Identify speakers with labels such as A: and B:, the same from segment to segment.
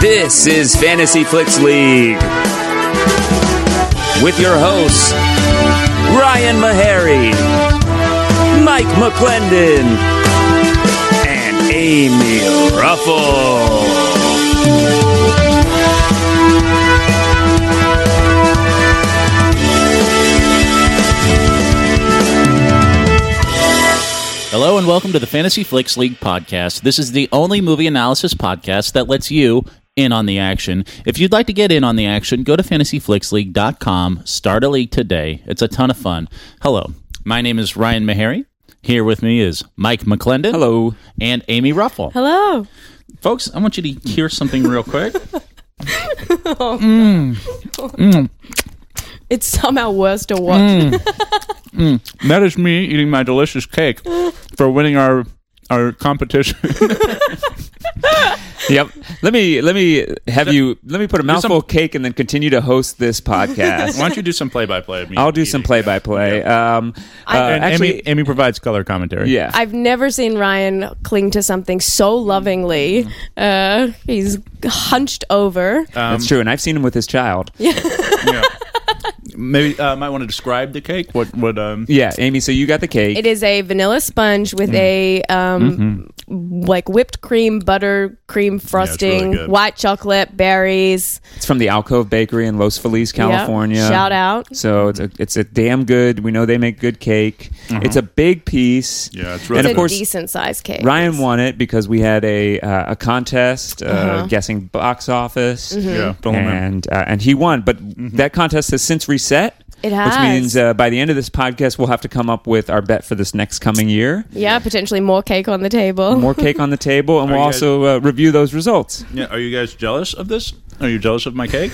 A: This is Fantasy Flicks League with your hosts, Ryan Meharry, Mike McClendon, and Amy Ruffle.
B: Hello and welcome to the Fantasy Flicks League podcast. This is the only movie analysis podcast that lets you in on the action. If you'd like to get in on the action, go to fantasyflicksleague.com, start a league today. It's a ton of fun. Hello. My name is Ryan Meharry. Here with me is Mike McClendon.
A: Hello.
B: And Amy Ruffle.
C: Hello.
B: Folks, I want you to hear something real quick.
C: It's somehow worse to watch.
A: Hmm.
B: that is me eating my delicious cake for winning our our competition.
A: Yep. Let me let me have you let me put a
B: some-
A: mouthful of cake and then continue to host this podcast.
B: Why don't you do some play by play?
A: I'll do some play by play. Um uh, actually
B: Amy, um, Amy provides color commentary.
A: yeah.
C: I've never seen Ryan cling to something so
A: Hmm.
C: lovingly. Uh, he's hunched over.
A: That's true, and I've seen him with his child.
B: yeah. Maybe uh, might want to describe the cake. What? What? Um.
A: Yeah, Amy. So you got the cake.
C: It is a vanilla sponge with
A: Hmm.
C: a um,
A: Mm-hmm.
C: like whipped cream, butter cream frosting,
B: good.
C: white chocolate, berries.
A: It's from the Alcove Bakery in Los Feliz,
C: Yeah.
A: California.
C: Shout out.
A: So it's a it's a damn good. We know they make good cake. It's a big piece.
B: Uh-huh. Yeah, it's really
A: and
C: It's
A: of
C: a
A: course
C: decent sized cake.
A: Ryan won it because we had a uh, a contest uh,
C: Uh-huh.
A: guessing box office.
C: Mm-hmm.
B: Yeah. Don't remember. Mm-hmm.
A: And uh, and he won, but that contest has since reset.
C: It has.
A: which means uh, by the end of this podcast, we'll have to come up with our bet for this next coming year.
C: Yeah, potentially more cake on the table.
A: More cake on the table, and
B: Are
A: we'll
B: you guys-
A: also uh, review those results.
B: Yeah. Are you guys jealous of this? Are you jealous of my cake?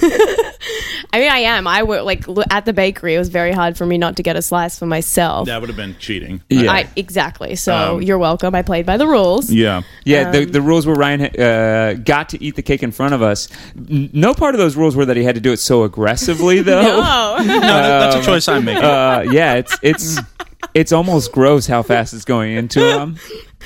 C: I mean, I am. I work like lo- at the bakery. It was very hard for me not to get a slice for myself.
B: that would have been cheating.
A: Yeah.
C: I, exactly. So
B: Um,
C: you're welcome. I played by the rules.
B: Yeah.
A: Yeah, the,
B: Um,
A: the rules were Ryan uh, got to eat the cake in front of us. N- No part of those rules were that he had to do it so aggressively, though.
C: Oh,
B: No, that, that's a choice I'm making.
A: Uh, yeah, it's it's it's almost gross how fast it's going into him.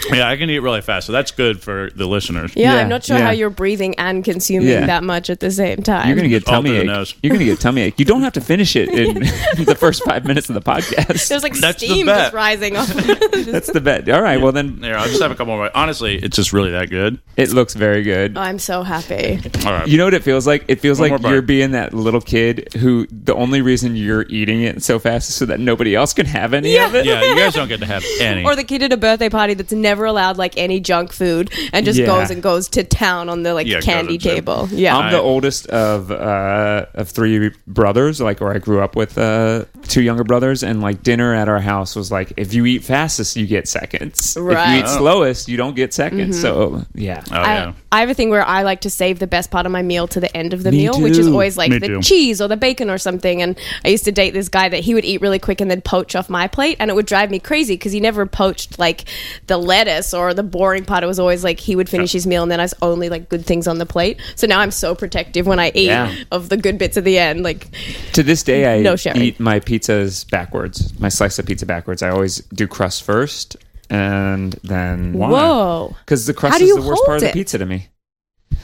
B: yeah, I can eat really fast, so that's good for the listeners.
C: yeah.
A: Yeah,
C: I'm not sure
A: yeah.
C: how you're breathing and consuming
A: Yeah.
C: that much at the same time.
A: You're gonna get
B: All
A: tummy
B: through the
A: ache.
B: nose.
A: You're gonna get tummy ache. You don't have to finish it in the first five minutes of the podcast.
C: There's like
B: That's the
C: steam
B: bet.
C: just rising up.
A: That's the bet. All right, well then,
B: There, I'll just have a couple more. Honestly, it's just really that good.
A: it looks very good.
C: I'm so happy.
B: All right.
A: You know what it feels like? It feels
B: One more
A: like
B: bite.
A: you're being that little kid who the only reason you're eating it so fast is so that nobody else can have any of it.
B: yeah, you guys don't get to have any.
C: Or the kid at a birthday party that's never allowed like any junk food and just
A: Yeah.
C: goes and goes to town on the like
B: Yeah,
C: candy
B: goes insane.
C: table. Yeah.
A: I'm the oldest of uh, of three brothers, like where I grew up with uh, two younger brothers, and like dinner at our house was like if you eat fastest, you get seconds. If you
C: Right. Mm-hmm.
A: eat
B: Oh.
A: slowest, you don't get seconds. So yeah,
B: oh
C: I,
B: yeah.
C: I have a thing where I like to save the best part of my meal to the end of the
A: Me
C: meal, which is
A: too.
C: always like
B: Me
C: the
B: too.
C: cheese or the bacon or something. And I used to date this guy that he would eat really quick and then poach off my plate, and it would drive me crazy because he never poached like the lettuce or the boring part. It was always like he would finish his meal and then I was only like good things on the plate. So now I'm so protective when I eat
A: Yeah.
C: of the good bits at the end. Like
A: to this day I
C: No sharing.
A: eat my pizzas backwards, my slice of pizza backwards. I always do crust first, and then
C: whoa,
A: because the
C: How
A: crust
C: do
A: is
C: you
A: the worst
C: hold
A: part of
C: it?
A: the pizza to me.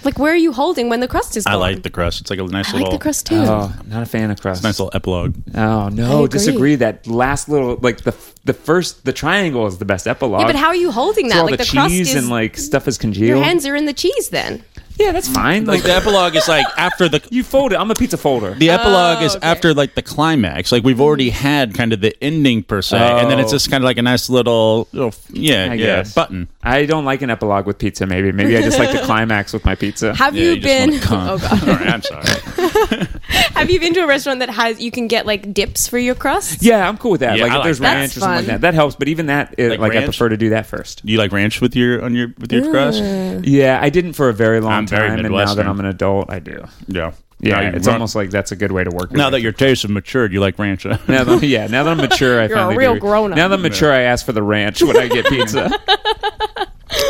C: like where are you holding when the crust is?
B: I
C: gone?
B: like the crust. It's like a nice
C: I like
B: little uh,
C: the crust too.
A: Oh, not a fan of crust.
B: nice little epilogue.
A: Oh no,
C: agree.
A: disagree. That last little, like the the first, the triangle is the best epilogue.
C: yeah, but how are you holding
A: So
C: that?
A: all
C: Like
A: the,
C: the, crust
A: cheese
C: is.
A: and like stuff is congealed.
C: your hands are in the cheese then.
A: yeah, that's fine.
B: Like
A: Like
B: the epilogue is like after the
A: you fold it. I'm a pizza folder.
B: The epilogue
C: Oh,
B: is
C: okay. Mm.
B: after like the climax. Like we've already had kind of the ending per se, and then it's
A: Oh.
B: just kind of like a nice little, little yeah,
A: I
B: yeah,
A: guess.
B: button.
A: I don't like an epilogue with pizza. Maybe, maybe I just like the climax with my pizza.
C: Have
B: Yeah,
C: you,
B: just
C: been?
B: wanna come.
C: Oh god.
B: All right, I'm sorry.
C: Have you been to a restaurant that has you can get like dips for your crust?
A: yeah, I'm cool with that.
B: Yeah,
A: like
B: I
A: if
B: like
A: there's
B: that.
A: ranch
C: That's
A: or something like
C: fun.
A: that, that helps. But even that, it,
B: Like
A: like, I
B: ranch?
A: prefer to do that first.
B: Do you like ranch with your on your with your crust?
A: Yeah, I didn't for a very long
B: I'm very
A: time, and now that
B: Midwestern.
A: I'm an adult, I do.
B: Yeah,
A: Yeah,
B: Now you
A: it's
B: run-
A: almost like that's a good way to work. it.
B: now that your tastes have matured, you like ranch.
A: Now that, yeah, now that I'm mature, I
C: a
A: finally
C: real
A: do.
C: grown-up.
A: Now that I'm mature, I ask for the ranch when I get pizza.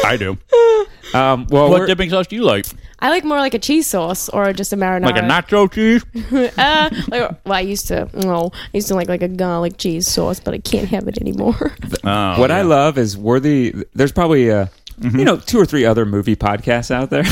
B: I do.
A: Um, well,
B: What
A: we're-
B: dipping sauce do you like?
C: I like more like a cheese sauce or just a marinara.
B: Like a nacho cheese?
C: Uh, like, well, I used to. No, I used to like like a garlic cheese sauce, but I can't have it anymore.
B: Oh,
A: what
B: yeah. Mm-hmm.
A: I love is worthy. There's probably uh you know two or three other movie podcasts out there.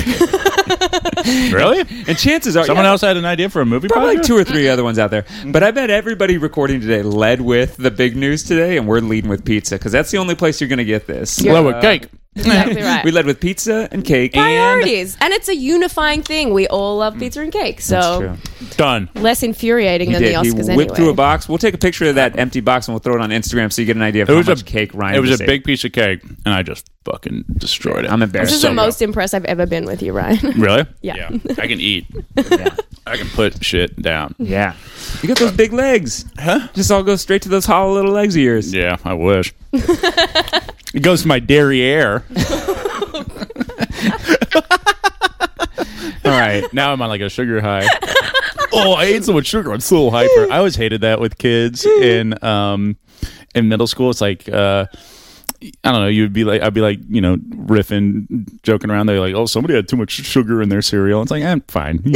B: really?
A: And chances are,
B: Someone
A: yeah,
B: else Mm-hmm. had an idea for a movie
A: probably like
B: project?
A: two or three other ones out there. But I bet everybody recording today led with the big news today, and we're leading with pizza because that's the only place you're going to get this.
C: Yeah.
B: Blow a cake.
C: Exactly right.
A: We led with pizza and cake. And
C: Priorities, and it's a unifying thing. We all love pizza and cake, so
A: true.
B: Done.
C: less infuriating than
A: did.
C: the
A: He
C: Oscars
A: whipped
C: anyway.
A: through a box. We'll take a picture of that empty box and we'll throw it on Instagram so you get an idea of
B: It
A: how
B: was a
A: much cake Ryan.
B: It was a
A: received.
B: big piece of cake, and I just fucking destroyed it.
A: I'm
C: this
A: embarrassed.
C: is
B: So
C: the most impressed I've ever been with you, Ryan.
B: Really?
C: Yeah.
B: I can eat.
A: yeah.
B: I can put shit down.
A: Yeah. You got those big legs.
B: Huh?
A: Just all go straight to those hollow little legs of yours.
B: Yeah, I wish. it goes to my derriere.
A: All right.
B: Now I'm on like a sugar high. oh, I ate so much sugar. I'm so hyper. I always hated that with kids in um in middle school. It's like uh I don't know. You'd be like, I'd be like, you know, riffing, joking around. They're like, oh, somebody had too much sugar in their cereal. It's like, I'm fine.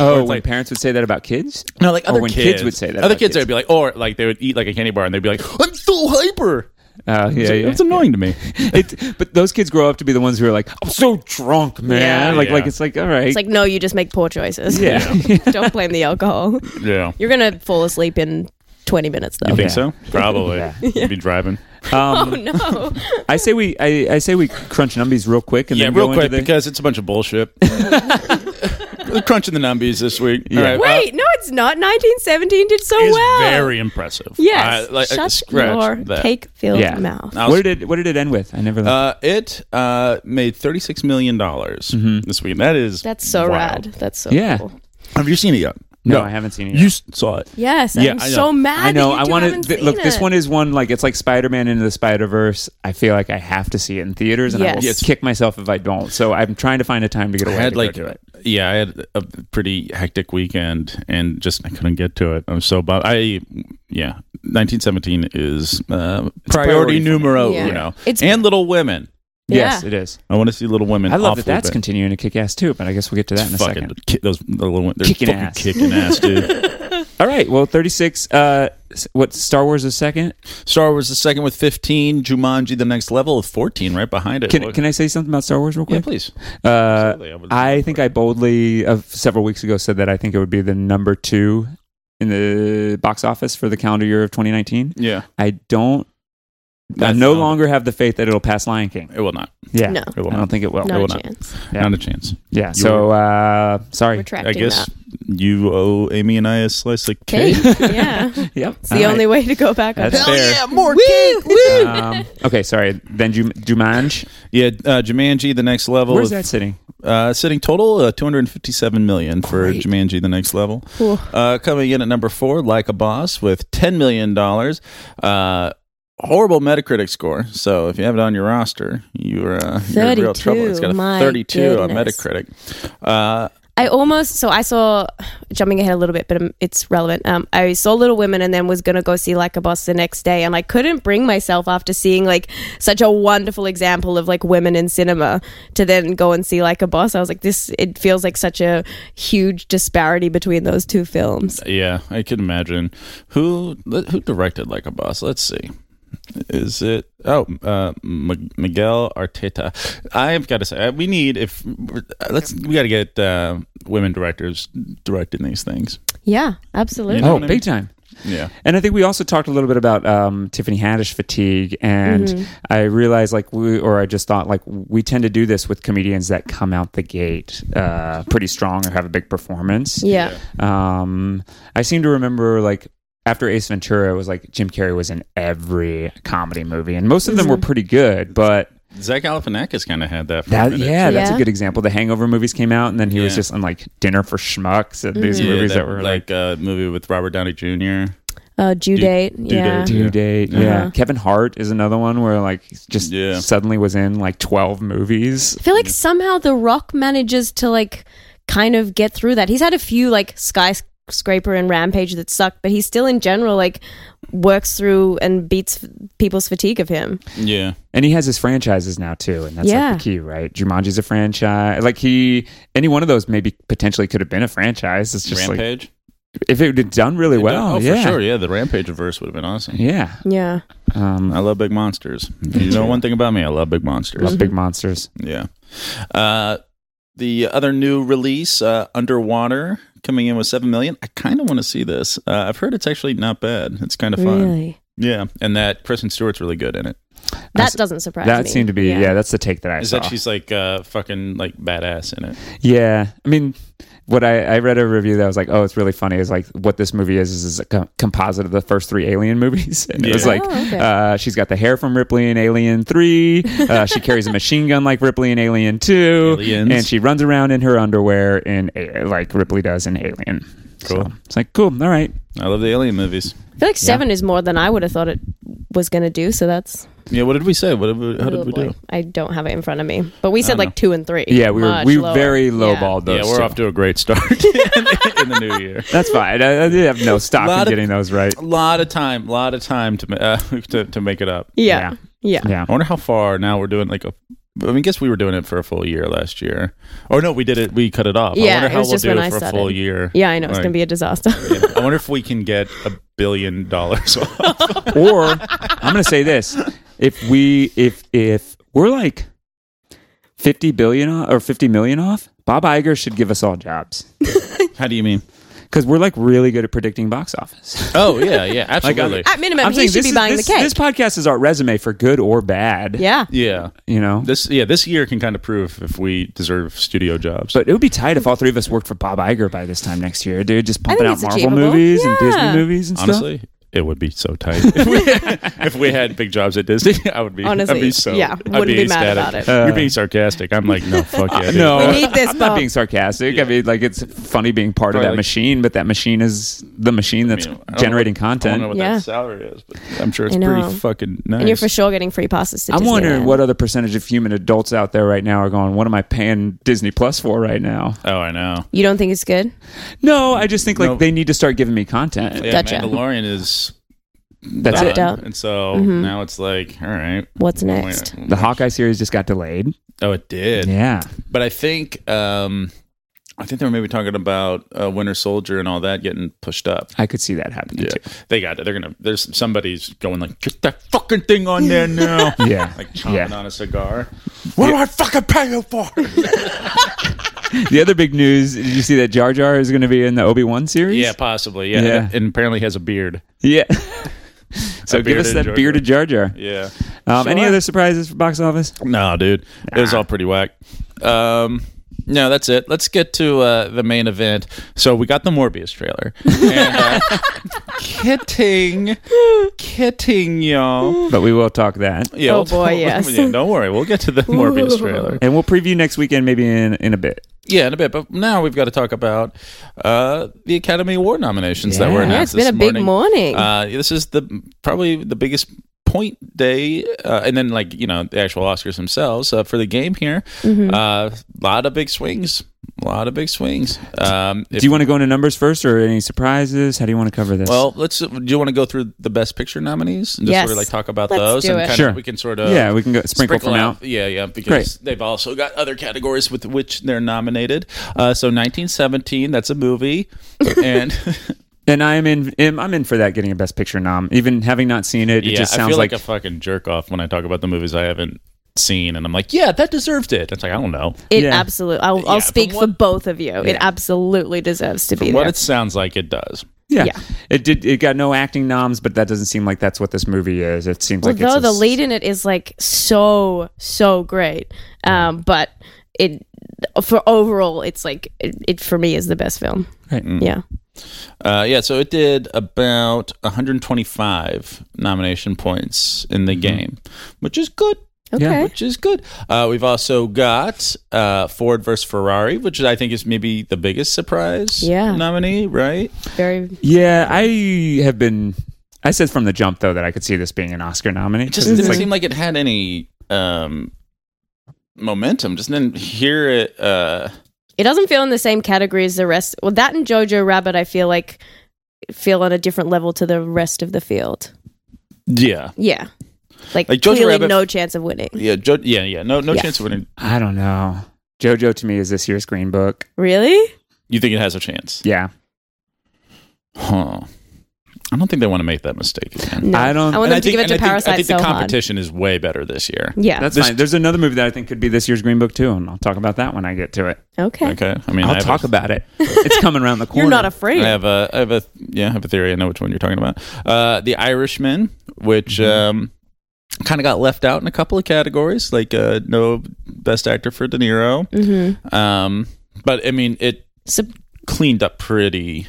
A: Oh, when
B: like-
A: parents would say that about kids?
B: No, like
A: Or
B: other
A: when
B: kids.
A: kids would say that
B: Other
A: about kids.
B: kids, would be like, or like they would eat like a candy bar and they'd be like, I'm so hyper.
A: Uh, yeah,
B: It's,
A: yeah.
B: it's annoying to me.
A: It- but those kids grow up to be the ones who are like, I'm so drunk, man.
B: Yeah.
A: like, like
B: Yeah.
A: it's like, all right.
C: It's like no, you just make poor choices.
A: yeah.
C: Don't blame the alcohol.
B: Yeah.
C: You're gonna fall asleep in 20 minutes though.
B: You think
A: Yeah.
B: so? Probably. You'd be driving.
C: Oh no!
A: um, I say we, I, I say we crunch numbies real quick and
B: Yeah,
A: then
B: real
A: go
B: quick
A: into the.
B: because it's a bunch of bullshit. We're crunching the numbies this week.
A: Yeah.
B: All right,
C: Wait, no, it's not. 1917 did so
B: uh, it's
C: well.
B: Uh, very impressive.
C: yes.
B: I, like,
C: Shut
B: scratch
C: your
B: that.
C: cake-filled
A: yeah.
C: mouth.
B: I was-
A: What did it? What did it end with? I never. looked.
B: Uh, it uh, made thirty-six million dollars
A: Mm-hmm.
B: this week. That is
C: That's so
B: wild.
C: rad. That's so
A: Yeah.
C: cool.
B: Have you seen it yet?
A: No, I haven't seen it yet.
B: You s- saw it.
C: Yes,
B: Yeah,
C: I'm
B: I know.
C: so mad.
A: I know. I
C: want
A: want to look. This one is one like it's like Spider Man into the Spider Verse. I feel like I have to see it in theaters, and I will
C: Yes. Yes.
A: kick myself if I don't. So I'm trying to find a time to get away.
B: I had
A: to go
B: like,
A: do it.
B: yeah, I had a pretty hectic weekend and just I couldn't get to it. I'm so bummed. I, yeah, 1917 is uh, priority,
A: priority for me.
B: numero
C: Yeah.
B: uno.
C: It's-
B: and Little Women.
A: Yes,
C: Yeah.
A: it is.
B: I want to see Little Women.
A: I love
B: awful
A: that. That's
B: bad.
A: continuing to kick ass too. But I guess we'll get to that in a
B: fucking
A: second.
B: ki- those the little one, they're
A: Kicking
B: fucking
A: ass.
B: kicking ass, dude.
A: All right. Well, 36. Uh, s- what Star Wars is second?
B: Star Wars the second with fifteen, Jumanji the next level with fourteen, right behind it.
A: Can
B: Look-
A: Can I say something about Star Wars real
B: yeah,
A: quick?
B: please.
A: Uh,
B: I would-
A: I think I boldly, uh, several weeks ago, said that I think it would be the number two in the box office for the calendar year of 2019.
B: Yeah,
A: I don't.
B: That's
A: I no
B: not-
A: longer have the faith that it'll pass Lion King.
B: it will not.
A: Yeah,
C: No.
B: It will
A: I
B: not.
A: don't think it will.
B: I will
C: not a
B: not.
C: chance.
A: Oh, Yeah.
B: Not a chance.
A: Yeah. So uh, sorry.
C: Retracting
B: I guess
C: that.
B: you owe Amy and I a slice of
C: Cake.
B: cake.
C: yeah, it's
A: Yep.
C: the only way to go back. on
A: That's
C: that.
A: fair.
B: more cake. Woo!
A: um, okay. Sorry. Then Jum- Jumanji.
B: Yeah, uh, Jumanji the next level.
A: Where's
B: with-
A: that sitting?
B: Uh, sitting total uh, 257 million for Jumanji: The Next Level.
C: Ooh.
B: Uh, coming in at number four, Like a Boss with 10 million dollars. Uh, horrible Metacritic score. So if you have it on your roster, you're, uh, you're in real
C: 32,
B: trouble. It's got a
C: my
B: 32 on
C: goodness.
B: Metacritic. Uh,
C: I almost so I saw jumping ahead a little bit, but um, it's relevant. Um, I saw Little Women and then was gonna go see Like a Boss the next day, and I couldn't bring myself after seeing like such a wonderful example of like women in cinema to then go and see Like a Boss. I was like, this it feels like such a huge disparity between those two films.
B: yeah, I can imagine who who directed Like a Boss. Let's see. Is it oh uh, M- Miguel Arteta? I've got to say uh, we need if let's we got to get uh, women directors directing these things.
C: Yeah, absolutely.
B: You know
A: Oh,
B: what I mean?
A: big time.
B: Yeah.
A: And I think we also talked a little bit about um, Tiffany Haddish fatigue, and
C: Mm-hmm.
A: I realized like we, or I just thought like we tend to do this with comedians that come out the gate uh, pretty strong or have a big performance.
C: Yeah.
A: Um, I seem to remember like after Ace Ventura, it was like Jim Carrey was in every comedy movie, and most of them were
C: Mm-hmm.
A: pretty good, but.
B: Zach Galifianakis kind of had that. For a
A: That,
B: minute.
A: yeah, that's
C: Yeah.
A: a good example. The Hangover movies came out, and then he was
B: Yeah.
A: just on like Dinner for Schmucks and these
C: Mm-hmm.
B: Yeah,
A: movies
B: that,
A: that, were like
B: like a movie with Robert Downey Jr.
C: Uh, due
B: Due-
C: date.
B: Due
C: yeah.
B: Date.
A: Due
B: Yeah.
A: date. Yeah.
C: Yeah.
A: Kevin Hart is another one where like he's just
B: Yeah.
A: suddenly was in like 12 movies.
C: I feel like somehow The Rock manages to like kind of get through that. He's had a few like skyscraper and rampage that sucked, but he still in general like works through and beats f- people's fatigue of him.
B: Yeah,
A: And he has his franchises now too, and that's
C: Yeah.
A: like the key, right? Jumanji's a franchise. Like he any one of those maybe potentially could have been a franchise. It's just like
B: Rampage.
A: if it had done really well.
B: oh,
A: yeah.
B: for sure. Yeah, the Rampage verse would have been awesome.
A: Yeah.
C: Yeah.
A: Um
B: I love big monsters. You know one thing about me, I love big monsters.
A: love big monsters.
B: Yeah. Uh, The other new release, uh, Underwater, coming in with 7 million. I kind of want to see this. Uh, I've heard it's actually not bad. It's kind of fun.
C: Really?
B: Yeah. And that Kristen Stewart's really good in it.
C: That doesn't surprise me.
A: That seemed to be yeah. that's the take that I
B: Is
A: saw.
B: that she's like uh, fucking like badass in it?
A: yeah, I mean, what I, I read a review that was like, oh, it's really funny. Is like what this movie is is, is a com- composite of the first three Alien movies, and it was
B: Yeah.
A: like
C: Oh, okay.
A: uh, she's got the hair from Ripley in Alien Three, uh, she carries a machine gun like Ripley in Alien Two,
B: Aliens.
A: and she runs around in her underwear in a- like Ripley does in Alien.
B: Cool.
A: So it's like cool. All right,
B: I love the alien movies.
C: I feel like seven is more than I would have thought it was going to do. So that's
B: Yeah. What did we say? What did we, how
C: Oh,
B: did we
C: boy.
B: do?
C: I don't have it in front of me, but we said
B: don't
C: like two and three.
A: yeah, we were
C: Much
A: we
C: lower.
A: very
C: Yeah.
A: lowballed those.
B: Yeah, we're
A: two.
B: off to a great start in the new year.
A: That's fine. I, I did have no stop
B: Lot
A: in
B: of-
A: getting those right.
B: A lot of time, lot of time to ma- uh, to, to make it up.
C: Yeah. Yeah.
A: Yeah.
B: I wonder how far now we're doing like a. I mean, I guess we were doing it for a full year last year, or no, we did it. We cut it off. I
C: Yeah,
B: wonder
C: it
B: how
C: was
B: we'll
C: just
B: do
C: when
B: it
C: I
B: for a
C: started.
B: full year.
C: Yeah, I know it's
B: Like,
C: going to be a disaster.
B: I wonder if we can get a billion dollars. off.
A: or I'm going to say this: if we if if we're like fifty billion o- or fifty million off, Bob Iger should give us all jobs
B: How do you mean?
A: because we're like really good at predicting box office.
B: Oh yeah, yeah, absolutely.
C: At minimum, he
A: saying
C: should
A: this
C: be
A: is-
C: buying
A: this-
C: the cake.
A: This podcast is our resume for good or bad.
C: yeah.
B: yeah,
A: you know.
B: this yeah this year can kind of prove if we deserve studio jobs.
A: But it would be tight if all three of us worked for Bob Iger by this time next year, dude. Just pumping
C: think
A: out
C: it's
A: Marvel
C: achievable.
A: movies and
C: Yeah.
A: Disney movies and stuff.
B: honestly, it would be so tight if we, if we had big jobs at Disney. I would be
C: Honestly,
B: I'd be so
C: yeah,
B: I'd
C: wouldn't be
B: ecstatic.
C: mad about
A: it.
B: You're being sarcastic. I'm like, Uh, no, fuck yeah, dude.
A: No,
C: We need this,
A: I'm not
C: Bob.
A: being sarcastic. I mean, like it's funny being part
B: Right,
A: of that
B: like-
A: machine, but that machine is the machine that's
B: I mean, I don't-
A: generating
B: I don't know
A: content.
B: what
C: Yeah.
B: that salary is, but I'm sure it's
C: I know.
B: pretty fucking nice.
C: And you're for sure getting free passes to
A: I'm wondering
C: Disneyland.
A: what other percentage of human adults out there right now are going, "What am I paying Disney Plus for right now?"
B: Oh, I know.
C: You don't think it's good?
A: No, I just think like
B: No.
A: they need to start giving me content.
B: Yeah,
C: Gotcha.
B: Mandalorian is
A: That's
B: done.
A: it.
C: Out.
B: and so now it's like, all right,
C: What's
B: wait-
C: Mm-hmm. next?
A: The Hawkeye series just got delayed.
B: Oh, it did.
A: Yeah,
B: But I think, um, I think they were maybe talking about uh, Winter Soldier and all that getting pushed up.
A: I could see that happening.
B: Yeah, they got it. They're gonna. There's somebody's going like, get that fucking thing on there now.
A: Too. Yeah,
B: Like chomping
A: Yeah.
B: on a cigar. What do I fucking pay you for?
A: the other big news. Did you see that Jar Jar is going to be in the Obi Wan series?
B: yeah, possibly. Yeah,
A: Yeah.
B: and apparently has a beard.
A: Yeah. so give us
B: bearded Jar
A: that
B: Jar.
A: bearded Jar Jar.
B: Yeah.
A: Um, any
B: Sure.
A: other surprises for box office?
B: No, dude. It was all pretty whack. Um, no, that's it. Let's get to uh, the main event. So we got the Morbius trailer. And, uh, kidding. Kidding, y'all.
A: But we will talk that.
B: Yeah,
C: Oh,
B: we'll-
C: boy, yes.
B: yeah, don't worry. We'll get to the Morbius trailer.
A: And we'll preview next weekend maybe in, in a bit.
B: Yeah, in a bit. But now we've got to talk about uh, the Academy Award nominations that
A: Yeah.
B: were
C: Yeah,
B: announced.
C: it's been
B: this
C: a big morning.
B: Uh, this is the probably the biggest point day, uh, and then like you know the actual Oscars themselves uh, for the game here. A
C: Mm-hmm.
B: lot of big swings, a lot of big swings. Um, if-
A: Do you want to go into numbers first or any surprises? How do you want to cover this?
B: well, let's. Do you want to go through the best picture nominees and just
C: Yes.
B: sort of like talk about
C: Let's
B: those?
C: do
B: and
C: it.
B: kind
A: Sure.
B: of, we can sort of
A: yeah, we can go sprinkle, from out.
B: Yeah, yeah, because
A: Great.
B: they've also got other categories with which they're nominated. Uh, so 1917, that's a movie, and
A: And I'm in, am- I'm in for that getting a best picture nom. Even having not seen it, it
B: yeah,
A: just
B: I
A: sounds
B: feel
A: like,
B: like, a fucking jerk off when I talk about the movies I haven't seen, and I'm like, yeah, that deserved it. It's like I don't know.
C: it
A: yeah.
C: absolutely. I'll,
B: Yeah,
C: I'll speak
B: from
C: for
B: what-
C: both of you. It absolutely deserves to be
B: What
C: there.
B: it sounds like, it does.
A: yeah.
C: yeah.
A: It did it got no acting noms, but that doesn't seem like that's what this movie is. It seems like
C: Although
A: it's a
C: the
A: s-
C: lead in it is like so so great, um, but it for overall it's like it, it for me is the best film.
A: Right.
B: Mm.
C: Yeah,
B: Uh, yeah, so it did about 125 nomination points in the game, which is good.
A: Yeah.
C: okay,
B: which is good. Uh, we've also got uh, Ford versus Ferrari, which I think is maybe the biggest surprise
C: Yeah.
B: nominee, right?
C: very
A: Yeah, I have been I said from the jump though that I could see this being an Oscar nominee.
B: It just didn't
A: Mm-hmm.
B: seem like it had any um, momentum. Just didn't hear it. Uh,
C: It doesn't feel in the same category as the rest. Well, that and Jojo Rabbit, I feel like feel on a different level to the rest of the field.
B: yeah,
C: Yeah, like,
B: Like, Jojo
C: clearly
B: Rabbit-
C: no chance of winning.
B: yeah, jo- yeah, yeah. No, no
C: Yeah.
B: chance of winning.
A: I don't know. Jojo to me is this year's Green Book.
C: Really?
B: You think it has a chance?
A: Yeah.
B: Huh. I don't think they want to make that mistake again.
A: I don't.
C: I want
B: And
C: them
B: I
C: to give it
B: and
C: to
B: I
C: Parasite
B: I think
C: so
B: the
C: hard.
B: competition is way better this year.
C: yeah.
A: that's fine. There's another movie that I think could be this year's Green Book too, and I'll talk about that when I get to it.
C: okay.
B: Okay. I mean, I
A: I'll
B: have
A: talk
B: a,
A: about it. It's coming around the corner.
C: You're not afraid.
B: I have a, I have a, yeah, I have a theory. I know which one you're talking about. Uh, the Irishman, which
A: Mm-hmm.
B: um, kind of got left out in a couple of categories, like uh, no best actor for De Niro.
C: Mm-hmm.
B: Um, but I mean, it
C: So-
B: cleaned up pretty,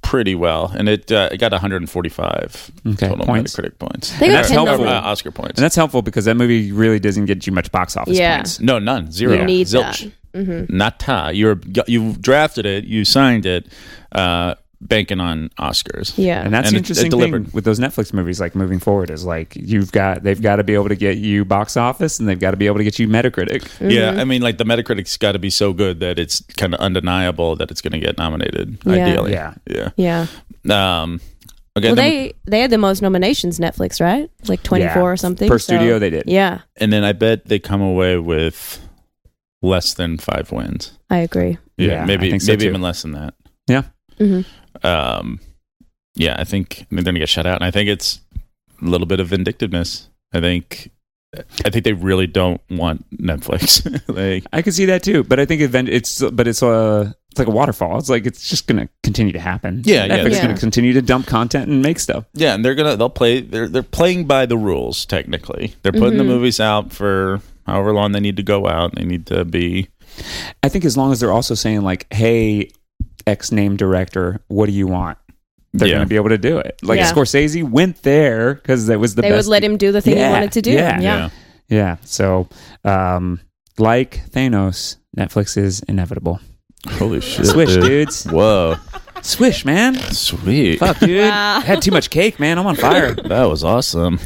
B: pretty well, and it uh, it got 145
A: Okay,
B: total
A: points.
B: Metacritic points.
C: They
B: And
C: got
B: that's
C: 10
B: helpful.
A: dollars.
B: Uh, Oscar points.
A: And that's helpful because that movie really doesn't get you much box office
C: Yeah.
A: points.
B: No, none. Zero.
A: You
C: need Mm-hmm.
B: Zilch. Nata. You're you drafted it. You signed it. Uh, banking on Oscars.
C: Yeah.
A: And that's
B: And
A: the
B: it- it
A: interesting thing
B: delivered.
A: with those Netflix movies. Like moving forward, is like you've got they've got to be able to get you box office, and they've got to be able to get you Metacritic.
C: Mm-hmm.
B: Yeah, I mean, like the Metacritic's got to be so good that it's kind of undeniable that it's going to get nominated.
C: Yeah.
B: Ideally,
A: Yeah.
B: yeah.
C: yeah.
B: Um, okay,
C: Well,
B: then-
C: they they had the most nominations Netflix, right? Like 24
A: Yeah.
C: or something.
A: Per studio, they did.
C: Yeah,
B: and then I bet they come away with less than five wins.
C: I agree.
A: Yeah, I
B: maybe
A: think so
B: maybe
A: too.
B: even less than that.
A: Yeah.
C: Mhm.
B: Um, yeah, I think they're going to get shut out, and I think it's a little bit of vindictiveness. I think, I think they really don't want Netflix. like,
A: I could see that too, but I think event- it's but it's uh it's like a waterfall. It's like it's just going to continue to happen.
B: Yeah, yeah,
A: Netflix
C: yeah.
A: going to continue to dump content and make stuff.
B: Yeah, and they're gonna they'll play they're they're playing by the rules technically. They're putting
A: Mm-hmm.
B: the movies out for however long they need to go out. They need to be
A: I think as long as they're also saying like, "Hey, X name director, what do you want?" They're
B: Yeah.
A: going to be able to do it. Like
C: Yeah.
A: Scorsese went there because that was the
C: they
A: best.
C: would let him do the thing
A: Yeah,
C: he wanted to do.
A: yeah.
B: yeah.
A: yeah. So, um, like Thanos, Netflix is inevitable.
B: Holy shit.
A: Swish, dudes.
B: Whoa.
A: Swish, man.
B: Sweet.
A: Fuck, dude.
C: Wow.
A: Had too much cake, man. I'm on fire.
B: That was awesome.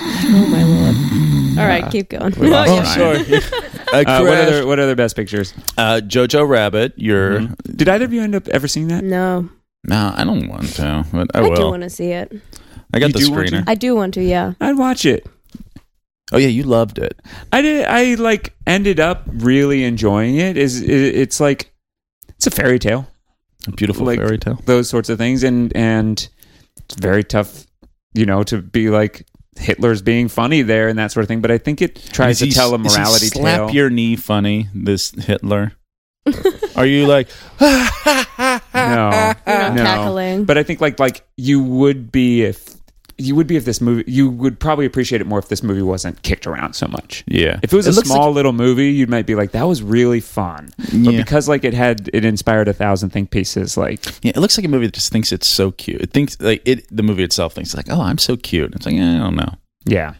C: Oh my lord! All right, keep going.
B: We lost
C: Oh, Yeah.
B: Ryan. I
A: Uh, what
B: crashed.
A: other What other best pictures? Mm-hmm.
B: Uh, Jojo Rabbit, you're
A: Did either of you end up ever seeing that?
C: No,
B: no, I don't want to, but I
C: I,
B: will. I,
C: do want to see it.
B: got
A: You
B: the
A: do want
B: screener.
A: to?
C: I do want to. Yeah,
A: I'd watch it.
B: Oh yeah, you loved it.
A: I did. I like ended up really enjoying it. Is it, it's like it's a fairy tale,
B: A beautiful
A: Like-
B: fairy tale.
A: those sorts of things, and and it's very tough, you know, to be like Hitler's being funny there and that sort of thing. But I think it tries
B: Is he-
A: to tell a
B: is he
A: morality
B: slap
A: tale.
B: your knee funny, this Hitler. Are you like
A: no,
C: You're not
A: no.
C: cackling.
A: But I think like like you would be if you would be if this movie you would probably appreciate it more if this movie wasn't kicked around so much.
B: Yeah.
A: If it was
B: It
A: a
B: looks
A: small little movie, you might be like, "That was really fun," but
B: Yeah.
A: because like it had it inspired a thousand think pieces. Like,
B: Yeah, it looks like a movie that just thinks it's so cute. It thinks like it. The movie itself thinks like, "Oh, I'm so cute." It's like, eh, I don't know.
A: yeah,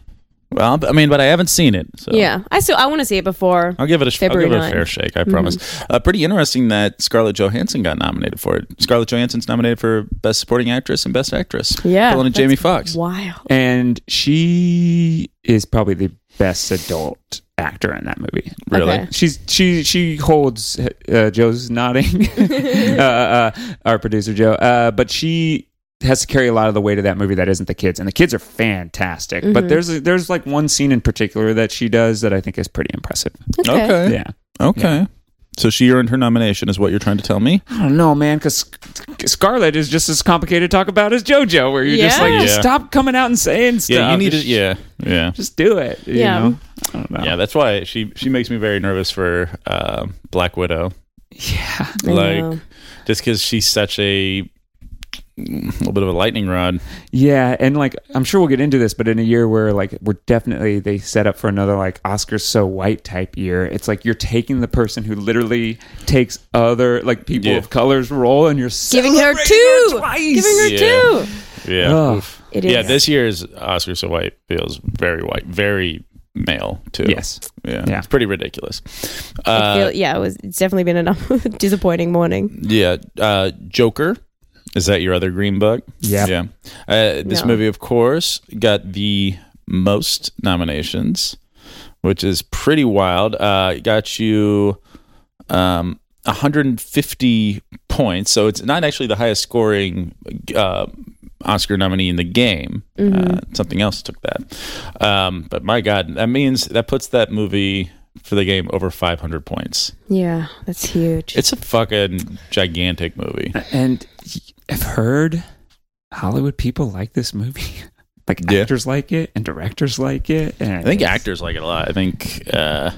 B: Well, I mean, but I haven't seen it, so
C: yeah. I still I want to see it before.
B: I'll give it a sh- I'll
C: February Mm-hmm.
B: give it a
C: 9.
B: fair shake. I promise. Uh, pretty interesting that Scarlett Johansson got nominated for it. Scarlett Johansson's nominated for Best Supporting Actress and Best Actress.
C: Yeah,
B: pulling a
C: that's
B: Jamie Foxx.
C: Wow.
A: and she is probably the best adult actor in that movie.
B: Really?
C: Okay.
A: She's she she holds uh, Joe's nodding, uh, uh, our producer Joe, uh, but she has to carry a lot of the weight of that movie that isn't the kids, and the kids are fantastic.
C: Mhm.
A: But there's a, there's like one scene in particular that she does that I think is pretty impressive.
C: Okay.
B: Okay.
A: Yeah.
B: Okay. So she earned her nomination, is what you're trying to tell me?
A: I don't know, man, because Scarlet is just as complicated to talk about as JoJo, where you're just
C: Yeah.
A: like, just
B: Yeah.
A: stop coming out and saying stuff.
B: Yeah, you need to.
A: just,
B: Yeah, yeah,
A: Just do it. You
C: Yeah.
A: Know? I don't know.
B: yeah. That's why she she makes me very nervous for uh, Black Widow.
A: Yeah.
C: I
B: Like,
C: know.
B: just because she's such a little bit of a lightning rod.
A: Yeah, and like I'm sure we'll get into this, but in a year where like we're definitely they set up for another like Oscars so white type year, it's like you're taking the person who literally takes other like people
B: Yeah.
A: of color's role and you're
C: giving her
A: celebrating
C: two.
A: twice.
C: Giving her
B: Yeah.
C: two.
B: Yeah.
A: Ugh.
B: Oof.
C: It
B: Yeah,
C: is.
B: this year's Oscar so white feels very white, very male too.
A: Yes.
B: Yeah.
A: Yeah.
B: It's pretty ridiculous.
C: I
B: Uh,
C: feel- yeah, it was. It's definitely been a disappointing morning.
B: yeah. Uh, Joker. Is that your other green book?
A: Yeah.
B: Yeah. Uh, this
C: No.
B: movie, of course, got the most nominations, which is pretty wild. Uh, it got you um, 150 points. So it's not actually the highest scoring uh, Oscar nominee in the game. Uh, something else took that. Um, but my God, that means that puts that movie for the game over 500 points.
C: Yeah, that's huge.
B: It's a fucking gigantic movie.
A: And I've heard Hollywood people like this movie. like
B: Yeah.
A: actors like it and directors like it. And
B: I think actors like it a lot. I think uh,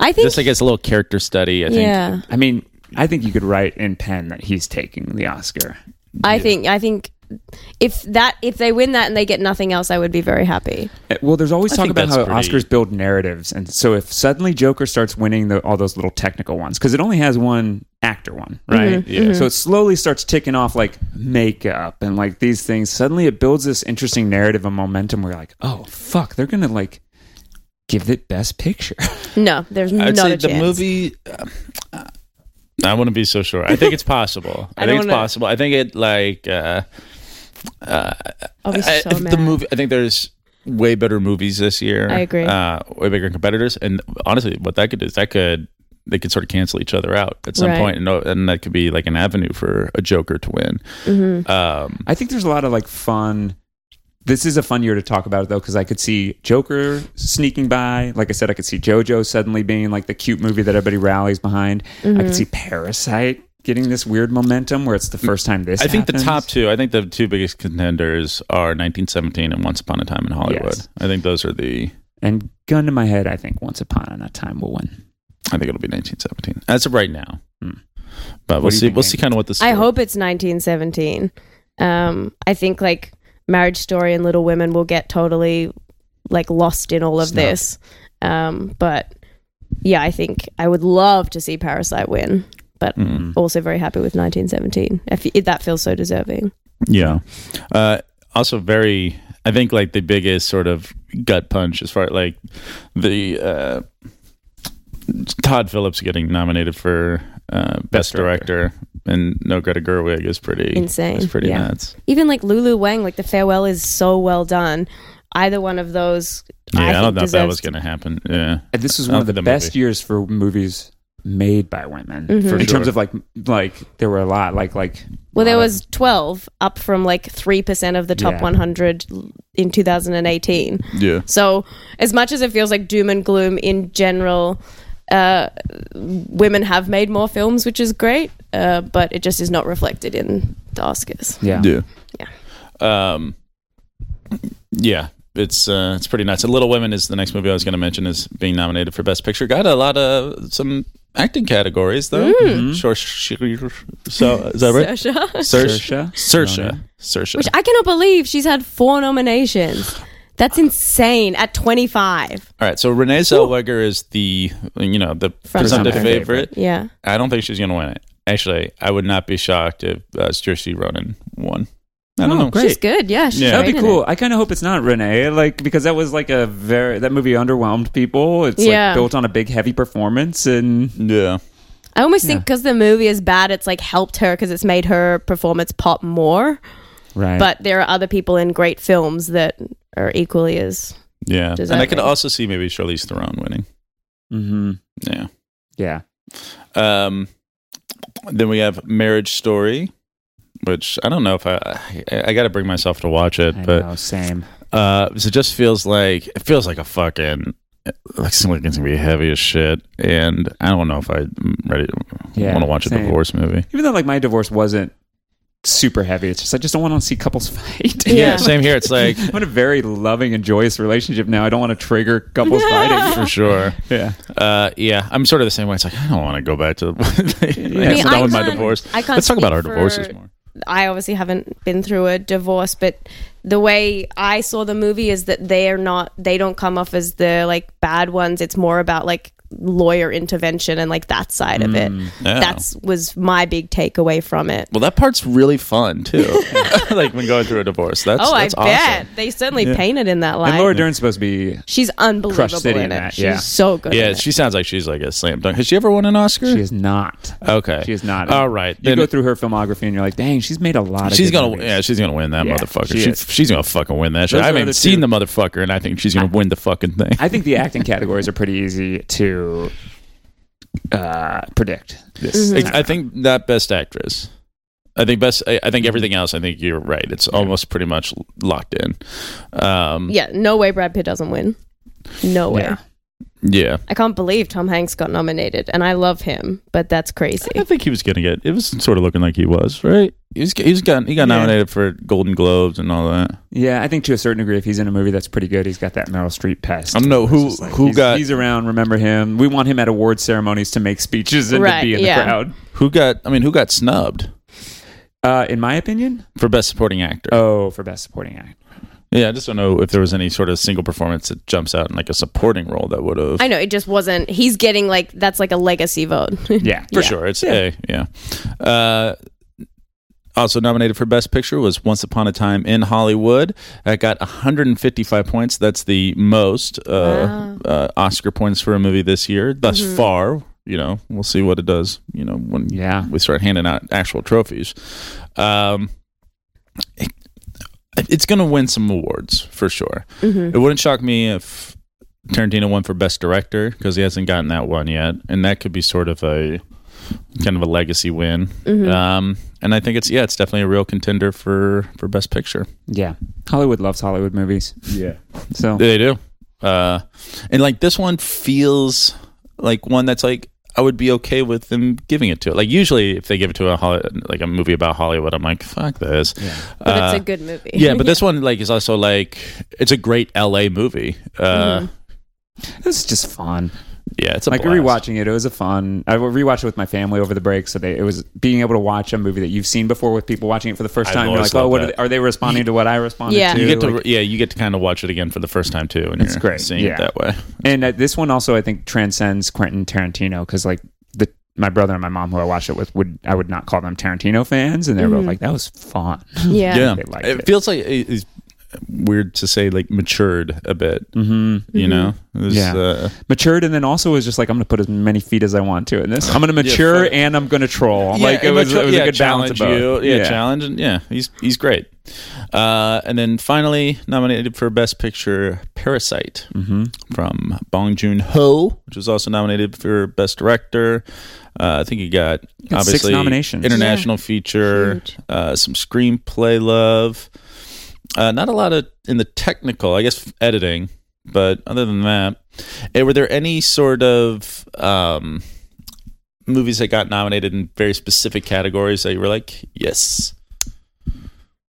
C: I think.
B: this, I guess, a little character study. I think.
C: yeah.
A: I mean, I think you could write in pen that he's taking the Oscar.
C: I think. I think. If that if they win that and they get nothing else, I would be very happy.
A: Uh, Well, there's always
B: I
A: talk
B: think
A: about
B: that's
A: how
B: pretty-
A: Oscars build narratives, and so if suddenly Joker starts winning the, all those little technical ones, because it only has one actor one, right?
B: Mhm, mhm.
A: So it slowly starts ticking off like makeup and like these things. Suddenly, it builds this interesting narrative and momentum. Where you're like, oh fuck, they're gonna like give it best picture.
C: No, there's
B: I'd
C: not
B: say
C: a
B: the
C: chance.
B: movie. uh, I wouldn't be so sure. I think it's possible. I,
C: I
B: think
C: don't
B: it's
C: wanna-
B: possible. I think it like uh,
C: I'll be
B: I-
C: so
B: I-
C: mad.
B: the movie. I think there's way better movies this year.
C: I agree.
B: Uh, way bigger competitors, and honestly, what that could do is that could they could sort of cancel each other out at some
C: Right.
B: point, and, no- and that could be like an avenue for a Joker to win.
C: Mm-hmm.
B: Um,
A: I think there's a lot of like fun. This is a fun year to talk about it though, because I could see Joker sneaking by. Like I said, I could see JoJo suddenly being like the cute movie that everybody rallies behind. I
C: Mm-hmm.
A: could see Parasite getting this weird momentum where it's the first time this.
B: Mm, I think the
A: happens.
B: top two. I think the two biggest contenders are 1917 and Once Upon a Time in Hollywood.
A: Yes.
B: I think those are the.
A: and gun to my head, I think Once Upon a Time will win.
B: I think it'll be 1917 as of right now.
A: Hmm.
B: But we'll
A: do you
B: see.
A: think,
B: We'll see
A: Amy?
B: kind of what this.
C: I hope it's 1917. Um, I think like Marriage Story and Little Women will get totally like lost in all of
A: Snubbed.
C: this. Um, but yeah, I think I would love to see Parasite win, but
B: Hmm.
C: also very happy with 1917. If, if that feels so deserving.
B: Yeah. Uh, also, very. I think like the biggest sort of gut punch as far like the uh, Todd Phillips getting nominated for uh, best, director. and no Greta Gerwig is pretty
C: Insane.
B: It's pretty
C: Yeah.
B: nuts.
C: Even like Lulu Wang, like The Farewell is so well done. Either one of those,
B: Yeah, I,
C: I,
B: don't
C: think
B: know if
C: deserves
B: that was going to happen. Yeah.
A: And this is
B: I
A: one
B: love
A: of the,
B: the
A: best
B: movie.
A: years for movies made by women
B: For
A: in
B: sure.
A: terms of like like there were a lot like like
C: Mm-hmm. Well, there
A: lot of-
C: was 12 up from like 3% of the top
A: Yeah.
C: 100 in 2018.
B: Yeah.
C: So, as much as it feels like doom and gloom in general, uh, women have made more films, which is great, uh, but it just is not reflected in the Oscars.
A: yeah.
B: Yeah. Um, yeah. It's uh, it's pretty nuts. And Little Women is the next movie I was going to mention is being nominated for Best Picture. Got a lot of some acting categories
C: Mm.
B: though. Sure. So is that right?
C: Saoirse.
A: Saoirse.
B: Sersha. Sersha. Sersha.
C: Which I cannot believe she's had four nominations. That's insane at 25.
B: All right. So Renee Zellweger is the you know the presumptive
A: Presumptive
B: favorite.
C: Yeah.
B: I don't think she's going to win it. Actually, I would not be shocked if uh, Saoirse Ronan won. I don't
A: Oh,
B: know.
A: great.
C: She's good. Yeah. She's
B: Yeah.
A: That'd be
C: great in
A: cool.
C: it.
A: I kind of hope it's not Renee, like because that was like a very that movie underwhelmed people. It's
C: Yeah.
A: like built on a big heavy performance, and
B: Yeah.
C: I almost think 'cause think because the movie is bad, it's like helped her because it's made her performance pop more.
A: right.
C: but there are other people in great films that are equally as
B: Yeah.
C: Does
B: and
C: that
B: I could
C: make-
B: also see maybe Charlize Theron winning.
A: hmm
B: Yeah.
A: yeah,
B: Um, then we have Marriage Story, which I don't know if I I, I got to bring myself to watch it,
A: I
B: but
A: know. Same.
B: uh, so it just feels like it feels like a fucking like seems like it's gonna be heavy as shit, and I don't know if I'm ready
A: Yeah,
B: want to watch a
A: same.
B: divorce movie.
A: Even though like my divorce wasn't super heavy, it's just I just don't want to see couples fight.
C: Yeah.
B: Yeah, same here. It's like
A: I'm in a very loving and joyous relationship now. I don't want to trigger couples fighting.
B: for sure.
A: Yeah,
B: Uh, yeah, I'm sort of the same way. It's like I don't want to go back to like,
A: I
B: it's done
C: I
B: with my
C: can't-
B: divorce.
C: I can't
B: Let's talk about
C: speak
B: our
C: for-
B: divorces more.
C: I obviously haven't been through a divorce, but the way I saw the movie is that they are not they don't come off as the like bad ones. It's more about like lawyer intervention and like that side of it.
B: yeah.
C: That's was my big takeaway from it.
B: Well, that part's really fun too. like when going through a divorce, that's
C: Oh, I
B: that's awesome.
C: bet they certainly painted in that
A: and
C: light.
A: Laura Dern's supposed to be.
C: She's
A: Crush
C: unbelievable
A: City
C: in
A: in
C: it.
A: that,
C: She's
A: yeah.
C: so good. in
B: Yeah,
C: it.
B: she sounds like she's like a slam dunk. Has she ever won an Oscar?
A: She is not.
B: okay,
A: She is not.
B: All right,
A: You
B: then
A: go through her filmography, and you're like, dang, she's made a lot. of
B: She's
A: good
B: gonna,
A: movies.
B: yeah, she's gonna win that
A: Yeah,
B: motherfucker.
A: she
B: She
A: is.
B: she's gonna fucking win that shit.
A: Those are
B: I haven't
A: the
B: even seen
A: two-
B: the motherfucker, and I think she's gonna win the fucking thing.
A: I think the acting categories are pretty easy to uh, predict. This,
C: Mm-hmm.
B: I, I think that best actress. I think best. I, I think everything else. I think you're right. It's almost pretty much locked in. Um,
C: yeah, no way Brad Pitt doesn't win. No way.
A: Yeah.
B: Yeah.
C: I can't believe Tom Hanks got nominated, and I love him, but that's crazy.
B: I think he was going to get. It was sort of looking like he was, right? He was. He was got. He got
A: Yeah.
B: nominated for Golden Globes and all that.
A: Yeah, I think to a certain degree, if he's in a movie that's pretty good, he's got that Meryl Streep pest.
B: I don't know
A: It's
B: who-
A: just
B: who
A: he's,
B: got-
A: he's around. Remember him. We want him at award ceremonies to make speeches and
C: Right,
A: to be in
C: yeah.
A: the crowd.
B: Who got? I mean, who got snubbed
A: Uh, in my opinion,
B: for Best Supporting Actor?
A: oh, for best supporting act.
B: Yeah, I just don't know if there was any sort of single performance that jumps out in like a supporting role that would have.
C: I know it just wasn't. He's getting like that's like a legacy vote.
A: Yeah,
B: For sure, it's a yeah. Uh, also nominated for Best Picture was Once Upon a Time in Hollywood. That got 155 points. That's the most uh, uh, Oscar points for a movie this year thus far. You know, we'll see what it does. You know, when
A: Mm-hmm. Yeah.
B: we start handing out actual trophies. Um, it, it's going to win some awards for sure.
C: Mm-hmm,
B: It wouldn't shock me if Tarantino won for best director because he hasn't gotten that one yet, and that could be sort of a kind of a legacy win.
C: mm-hmm. Hmm.
B: Um, and I think it's yeah, it's definitely a real contender for for best picture.
A: Yeah, Hollywood loves Hollywood movies.
B: Yeah,
A: So
B: they do. Uh, and like this one feels like one that's like I would be okay with them giving it to it. Like usually, if they give it to a Holly, like a movie about Hollywood, I'm like, fuck this.
C: But
B: Uh,
C: it's a good movie.
B: yeah, but this one like is also like it's a great LA movie. Uh,
C: Hmm.
A: it's just fun.
B: Yeah, it's a
A: like
B: blast.
A: rewatching it, it was a fun. I rewatched it with my family over the break, so they, it was being able to watch a movie that you've seen before with people watching it for the first
B: I've
A: time. You're
B: always
A: like, oh,
B: loved
A: what are
B: that.
A: they, are they responding to what I responded
C: Yeah.
A: to?
B: You get to
A: Like-
B: yeah, you get to kind of watch it again for the first time too, and
A: It's
B: you're
A: great,
B: seeing
A: yeah.
B: it that way.
A: And uh, this one also, I think, transcends Quentin Tarantino because, like, the my brother and my mom, who I watched it with, would I would not call them Tarantino fans, and they were
B: Mm.
A: both like, "That was fun."
C: yeah.
A: They liked
B: it,
A: it.
B: feels like it- it's weird to say like matured a bit.
A: Mm-hmm.
B: You know, This,
A: Yeah.
B: uh,
A: Matured, and then also was just like, "I'm going to put as many feet as I want to in this. I'm going to mature
B: fair.
A: and I'm going to troll." like
B: yeah,
A: it was,
B: mature-
A: it was
B: yeah,
A: a good balance of
B: challenge
A: both.
B: you, yeah, challenge, and yeah, he's he's great. Uh, and then finally nominated for best picture, Parasite
A: Mm-hmm.
B: from Bong Joon Ho, which was also nominated for best director. Uh, I think he got
A: got six
B: obviously
A: nominations.
B: international feature,
C: Huge.
B: uh, some screenplay love. Uh, not a lot of in the technical, I guess, editing. But other than that, eh, were there any sort of um, movies that got nominated in very specific categories that you were like, yes,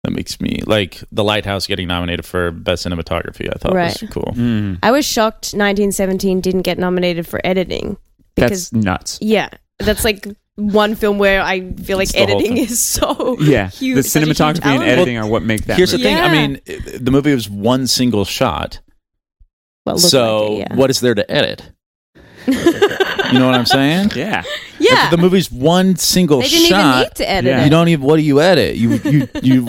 B: that makes me like The Lighthouse getting nominated for best cinematography? I thought was
C: Right.
B: cool.
A: Mm,
C: I was shocked. 1917 didn't get nominated for editing because
A: that's nuts.
C: yeah, that's like one film where I feel like
B: It's the whole
C: editing
B: thing.
C: is so
A: Yeah,
C: huge.
A: the
C: such a huge
A: cinematography and
C: element.
A: editing are what make that.
B: Here's the
A: movie.
B: thing. I
C: Yeah.
B: mean, eh, the movie was one single shot.
C: Well, it looked
B: So
C: like it, yeah.
B: what is there to edit? you know what I'm saying?
A: yeah,
C: Yeah,
B: If the movie's one single
C: they didn't
B: shot.
C: even need to edit
A: Yeah.
C: it.
B: You don't even. What do you edit? You you you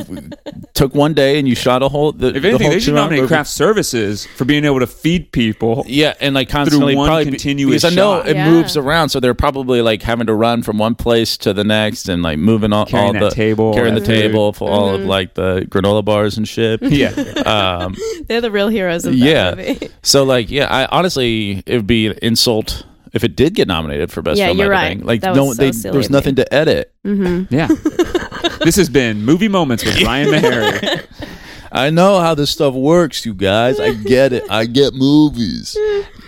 B: took one day and you shot a whole. The,
A: if
B: the
A: anything,
B: whole
A: they should
B: two-hour
A: nominate
B: movie.
A: craft services for being able to feed people.
B: Yeah, and like constantly
A: one
B: probably be-
A: continuous
B: because I know
A: shot.
B: it
C: Yeah.
B: moves around, so they're probably like having to run from one place to the next and like moving all,
A: Carrying
B: all
A: that
B: the
A: table,
B: carrying the
A: that food.
B: table
C: Mm-hmm.
B: for all of like the granola bars and shit.
A: Yeah,
B: um,
C: They're the real heroes of that
B: Yeah.
C: movie.
B: so like yeah, I honestly it would be an insult if it did get nominated for best
C: Yeah,
B: film
C: you're right.
B: editing. Like
C: That
B: no,
C: was so
B: they,
C: silly
B: there was
C: of me.
B: nothing to edit.
A: Yeah. this has been Movie Moments with Ryan Meharry.
B: I know how this stuff works, you guys. I get it. I get movies.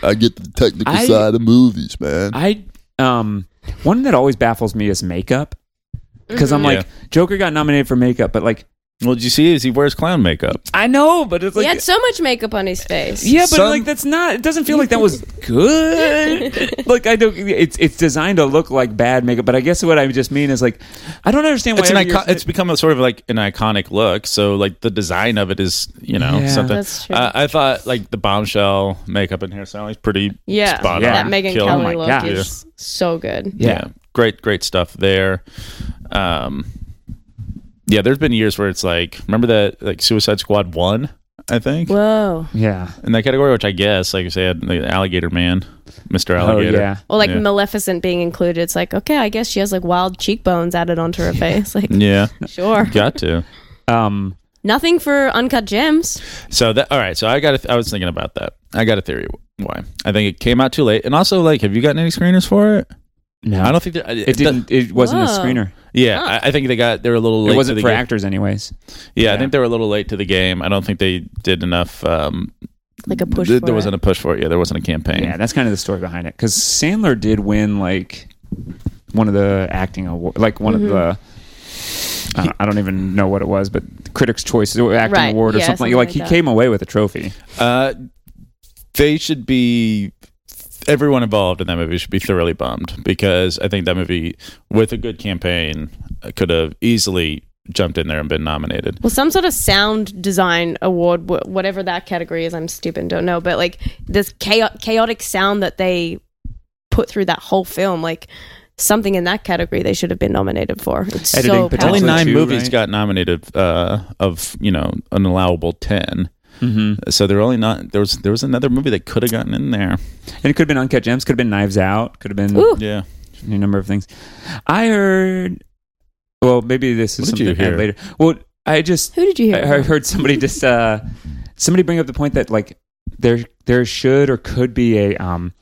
D: I get the technical
A: I-
D: side of movies, man.
A: I um one that always baffles me is makeup. Because
C: Mm-hmm.
A: I'm like, Joker got nominated for makeup, but like
B: Well, did you see? Is he wears clown makeup?
A: I know, but it's like
C: he had so much makeup on his face.
A: Yeah, but
B: Some-
A: like that's not. It doesn't feel like that was good. like I don't. It's it's designed to look like bad makeup, but I guess what I just mean is like I don't understand why
B: it's an
A: every
B: icon-
A: year-
B: it's become a sort of like an iconic look. So like the design of it is you know
A: Yeah.
B: something.
C: That's true.
B: I, I thought like the bombshell makeup and hairstyling is pretty
C: Yeah,
B: spot
A: Yeah.
B: on.
C: that Megan
B: Killer.
A: Oh my
C: Kelly look
A: God.
C: is so good.
B: Yeah.
A: Yeah.
B: great great stuff there. Um, yeah, there's been years where it's like remember that like Suicide Squad one I think
C: Whoa.
A: yeah.
B: in that category, which I guess like you said, like, Alligator Man, Mister Alligator.
A: Oh yeah.
C: Or like
B: Yeah.
C: Maleficent being included. It's like, okay, I guess she has like wild cheekbones added onto her face. Like,
B: yeah,
C: sure.
B: got to.
A: Um.
C: Nothing for Uncut Gems.
B: So that all right. So I got. A th- I was thinking about that. I got a theory why. I think it came out too late, and also like, have you gotten any screeners for it?
A: No,
B: I don't think that
A: It didn't. It wasn't a
C: Whoa.
A: screener.
B: Yeah,
C: Huh.
B: I, I think they got. They were a little. Late
A: It
B: to
A: wasn't
B: the
A: for
B: game.
A: actors, anyways.
B: Yeah, I
A: yeah.
B: think they were a little late to the game. I don't think they did enough um,
C: like a push.
B: There,
C: for
B: there wasn't
C: it.
B: a push for it. Yeah, there wasn't a campaign.
A: Yeah, that's kind of the story behind it. Because Sandler did win like one of the acting award, like one of the.
B: Mm-hmm.
A: I don't, I don't even know what it was, but Critics' Choice Acting
C: Right,
A: Award or
C: yeah,
A: something.
C: something
A: like
C: like
A: he
C: that.
A: came away with a trophy.
B: Uh, they should be. Everyone involved in that movie should be thoroughly bummed because I think that movie, with a good campaign, could have easily jumped in there and been nominated.
C: Well, some sort of sound design award, wh- whatever that category is. I'm stupid, and don't know. But like this chao- chaotic sound that they put through that whole film, like something in that category they should have been nominated for. It's
A: Editing
C: so
A: potential.
B: Only
C: powerful.
A: Actually,
B: nine
A: two,
B: movies
A: right?
B: got nominated uh, of you know an allowable ten. Mm-hmm. So they're only not there was there was another movie that could have gotten in there.
A: And it could have been Uncut Gems, could have been Knives Out, could have been
C: Ooh.
B: Yeah,
A: a number of things. I heard. Well, maybe this is
B: What did you
A: something I
B: hear?
A: had later. Well, I just
C: Who did you hear?
A: I, I heard somebody just uh, somebody bring up the point that like there there should or could be a um,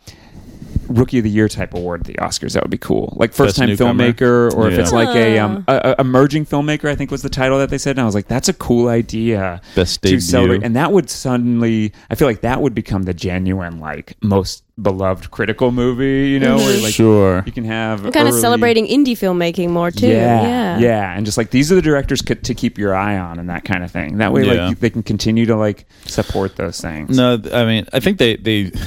A: rookie of the year type award at the Oscars. That would be cool. Like first
B: Best
A: time
B: newcomer?
A: filmmaker, or if
B: Yeah.
A: it's like a, um, a, a emerging filmmaker. I think was the title that they said, and I was like, that's a cool idea
B: best
A: to celebrate.
B: debut.
A: And that would suddenly, I feel like that would become the genuine like most beloved critical movie. You know, where like
B: sure.
A: you can have
C: I'm kind of
A: early-
C: celebrating indie filmmaking more too.
A: yeah, yeah, and just like these are the directors c- to keep your eye on and that kind of thing. That way,
B: Yeah.
A: like they can continue to like support those things.
B: No, uh, th- I mean I think they they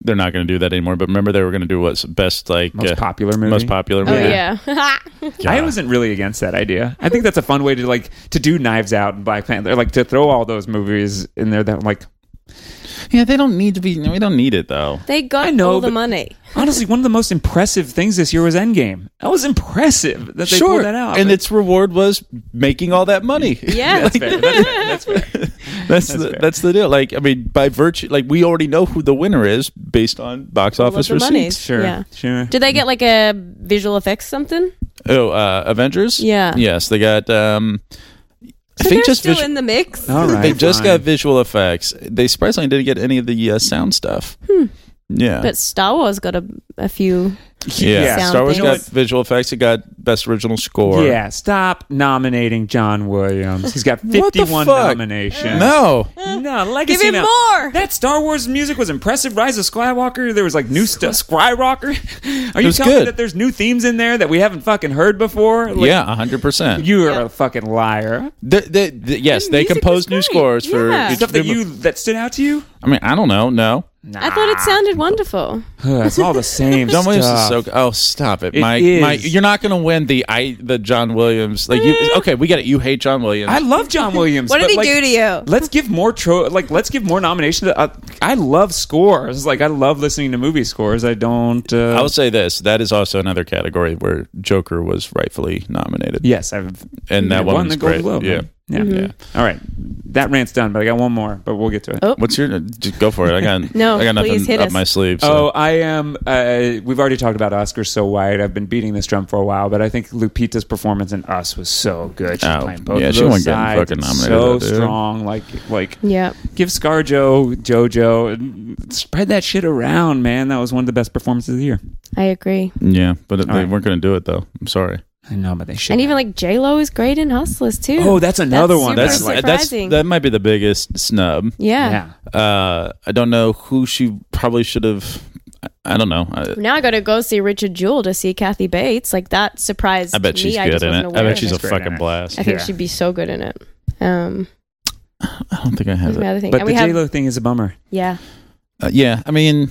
B: they're not going to do that anymore. But remember they were going to do what's best like
A: Most
B: uh,
A: popular movie.
B: most popular
C: Oh
B: movie.
C: yeah.
A: I wasn't really against that idea. I think that's a fun way to like to do Knives Out and Black Panther, like to throw all those movies in there. That like
B: Yeah, they don't need to be. We don't need it though.
C: they
A: I
C: got
A: know,
C: all the
A: but-
C: money.
A: honestly, one of the most impressive things this year was Endgame. That was impressive that they pulled that out.
B: and
A: Like,
B: its reward was making all that money.
C: Yeah.
A: that's fair. That's fair. That's fair.
B: that's the,
A: fair.
B: that's the deal. Like, I mean, by virtue, like we already know who the winner is based on box
C: All of
B: office
C: the money.
B: receipts.
A: Sure,
C: Yeah.
A: sure.
C: Did they get like a visual effects something?
B: Oh, uh, Avengers.
C: Yeah.
B: Yes, they got. Um, I
C: So
B: think
C: they're
B: just
C: still
B: visu-
C: in the mix.
A: All right,
B: they just
A: fine.
B: got visual effects. They surprisingly didn't get any of the uh, sound stuff.
C: Hmm.
B: Yeah.
C: But Star Wars got a, a few.
B: yeah.
A: Yeah.
B: Star Wars
C: Sound
B: got
C: things.
B: visual effects. It got best original score.
A: yeah, stop nominating John Williams. He's got
B: What the
A: 51
B: fuck?
A: nominations.
B: No.
A: No, legacy.
C: Give
A: now.
C: him more!
A: That Star Wars music was impressive. Rise of Skywalker. There was like new stuff. Skywalker. Are you
B: was
A: telling me
B: good.
A: that there's new themes in there that we haven't fucking heard before? Like,
B: Yeah, hundred percent.
A: You are a fucking liar.
B: Yes,
C: The
B: they
C: music was
B: composed new
C: great.
B: scores for.
C: Yeah.
B: each
A: Stuff that
B: new mo-
A: you that stood out to you.
B: I mean, I don't know. No.
A: Nah.
C: I thought it sounded wonderful.
A: it's all the same.
B: John Williams is
A: stuff.
B: so. Oh, stop it,
A: It
B: Mike.
A: is.
B: Mike, you're not going to win the I the John Williams. Like you.
C: Uh.
B: Okay, we got it. You hate John Williams.
A: I love John Williams.
C: What did
A: but,
C: he
A: like,
C: do to you?
A: Let's give more tro- like let's give more nominations. To, uh, I love scores. Like I love listening to movie scores. I don't. Uh,
B: I will say this: that is also another category where Joker was rightfully nominated,
A: yes, I've
B: and that
A: It
B: one
A: won
B: was
A: the Golden
B: great.
A: Globe.
B: yeah.
A: right? yeah,
C: Mm-hmm.
A: yeah. All right, that rant's done, but I got one more, but we'll get to it.
C: Oh.
B: What's your? Just go for it. I got
C: No,
B: I got nothing
C: please hit
B: up
C: us.
B: my sleeve. So.
A: Oh, I am. Uh, we've already talked about Oscars so wide. I've been beating this drum for a while, but I think Lupita's performance in Us was so good. She's
B: Oh,
A: playing both
B: yeah,
A: of
B: she
A: those
B: wasn't getting
A: sides.
B: fucking nominated,
A: So
B: dude.
A: strong, like like
C: Yeah.
A: give ScarJo, JoJo, and spread that shit around, man. That was one of the best performances of the year.
C: I agree.
B: yeah, but they
A: right.
B: weren't going to do it though. I'm sorry.
A: I know, but they should.
C: And even like J Lo is great in Hustlers too.
A: oh, that's another one. That's
C: super
B: That's
C: Surprising.
A: like
B: that's that might be the biggest snub.
C: yeah.
A: yeah.
B: Uh, I don't know who she probably should have. I, I don't know. I,
C: Now I got to go see Richard Jewell to see Kathy Bates. Like that surprised
B: I bet she's
C: me. I
B: good
C: just
B: in it.
C: wasn't
B: I
C: aware
B: bet
C: of
B: she's
C: it.
B: a
A: She's great in
B: fucking
A: it.
B: blast.
C: I think
A: yeah.
C: she'd be so good in it. Um,
B: I don't think I
C: that's
B: have
C: my
B: it.
C: other thing.
A: But
C: And
A: the
C: we have-
A: J Lo thing is a bummer.
C: yeah.
B: Uh, yeah, I mean,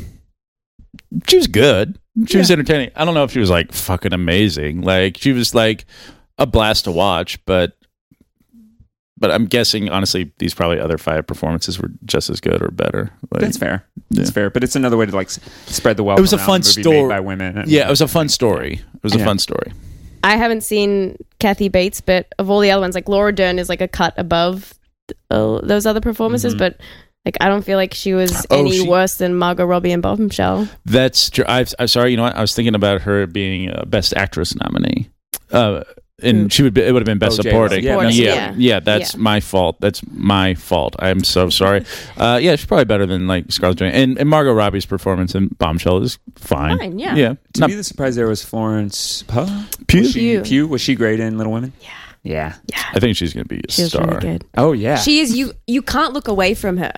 B: she was good. She was
A: Yeah.
B: entertaining. I don't know if she was like fucking amazing. Like she was like a blast to watch, but but I'm guessing honestly these probably other five performances were just as good or better. Like,
A: That's fair. It's
B: Yeah.
A: fair, but it's another way to like s- spread the wealth.
B: It was a
A: around
B: fun
A: the movie
B: story.
A: made by women. And-
B: Yeah, it was a fun story. It was a
A: Yeah.
B: fun story.
C: I haven't seen Kathy Bates, but of all the other ones, like Laura Dern is like a cut above uh, those other performances, but. Like I don't feel like she was
B: Mm-hmm. Oh,
C: any
B: she-
C: worse than Margot Robbie and Bombshell.
B: That's true. i I'm sorry. You know what? I was thinking about her being a best actress nominee. Uh, and she would be, it would have been best
A: Oh, J-Lo.
B: supporting.
A: Yeah, Supporting,
B: yeah,
C: yeah.
B: yeah, That's
C: Yeah.
B: my fault. That's my fault. I'm so sorry. uh, yeah, she's probably better than like Scarlett Johansson. And, and Margot Robbie's performance in Bombshell is fine.
C: Fine, yeah.
B: yeah.
A: To
B: Not
A: me, the surprise there was Florence Pugh.
B: Pugh?
A: Was she,
C: Pugh.
A: Pugh was she great in Little Women? Yeah. Yeah.
B: I think she's going to be a
C: She was
B: star.
C: really good.
A: Oh yeah.
C: She is you. You can't look away from her.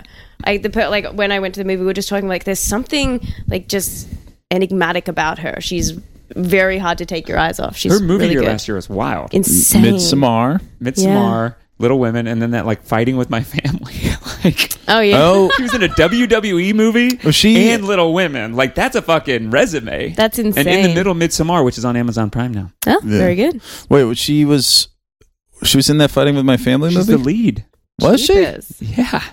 C: Like the per- like when I went to the movie, we were just talking like there's something like just enigmatic about her. She's very hard to take your eyes off. She's
A: Her movie
C: really
A: year
C: good.
A: last year was wild.
C: insane.
B: Midsommar.
A: Midsommar, Little Women, and then that like fighting with my family. like
C: Oh yeah.
B: Oh,
A: she was in a WWE movie
B: Oh, she-
A: and Little Women. Like that's a fucking resume.
C: That's
A: And in the
C: insane.
A: middle, Midsommar, which is on Amazon Prime now.
C: Oh, very good.
B: wait, she was she was in that fighting with my family
A: She's the
B: movie.
A: lead.
B: was she?
C: Jesus.
A: Yeah,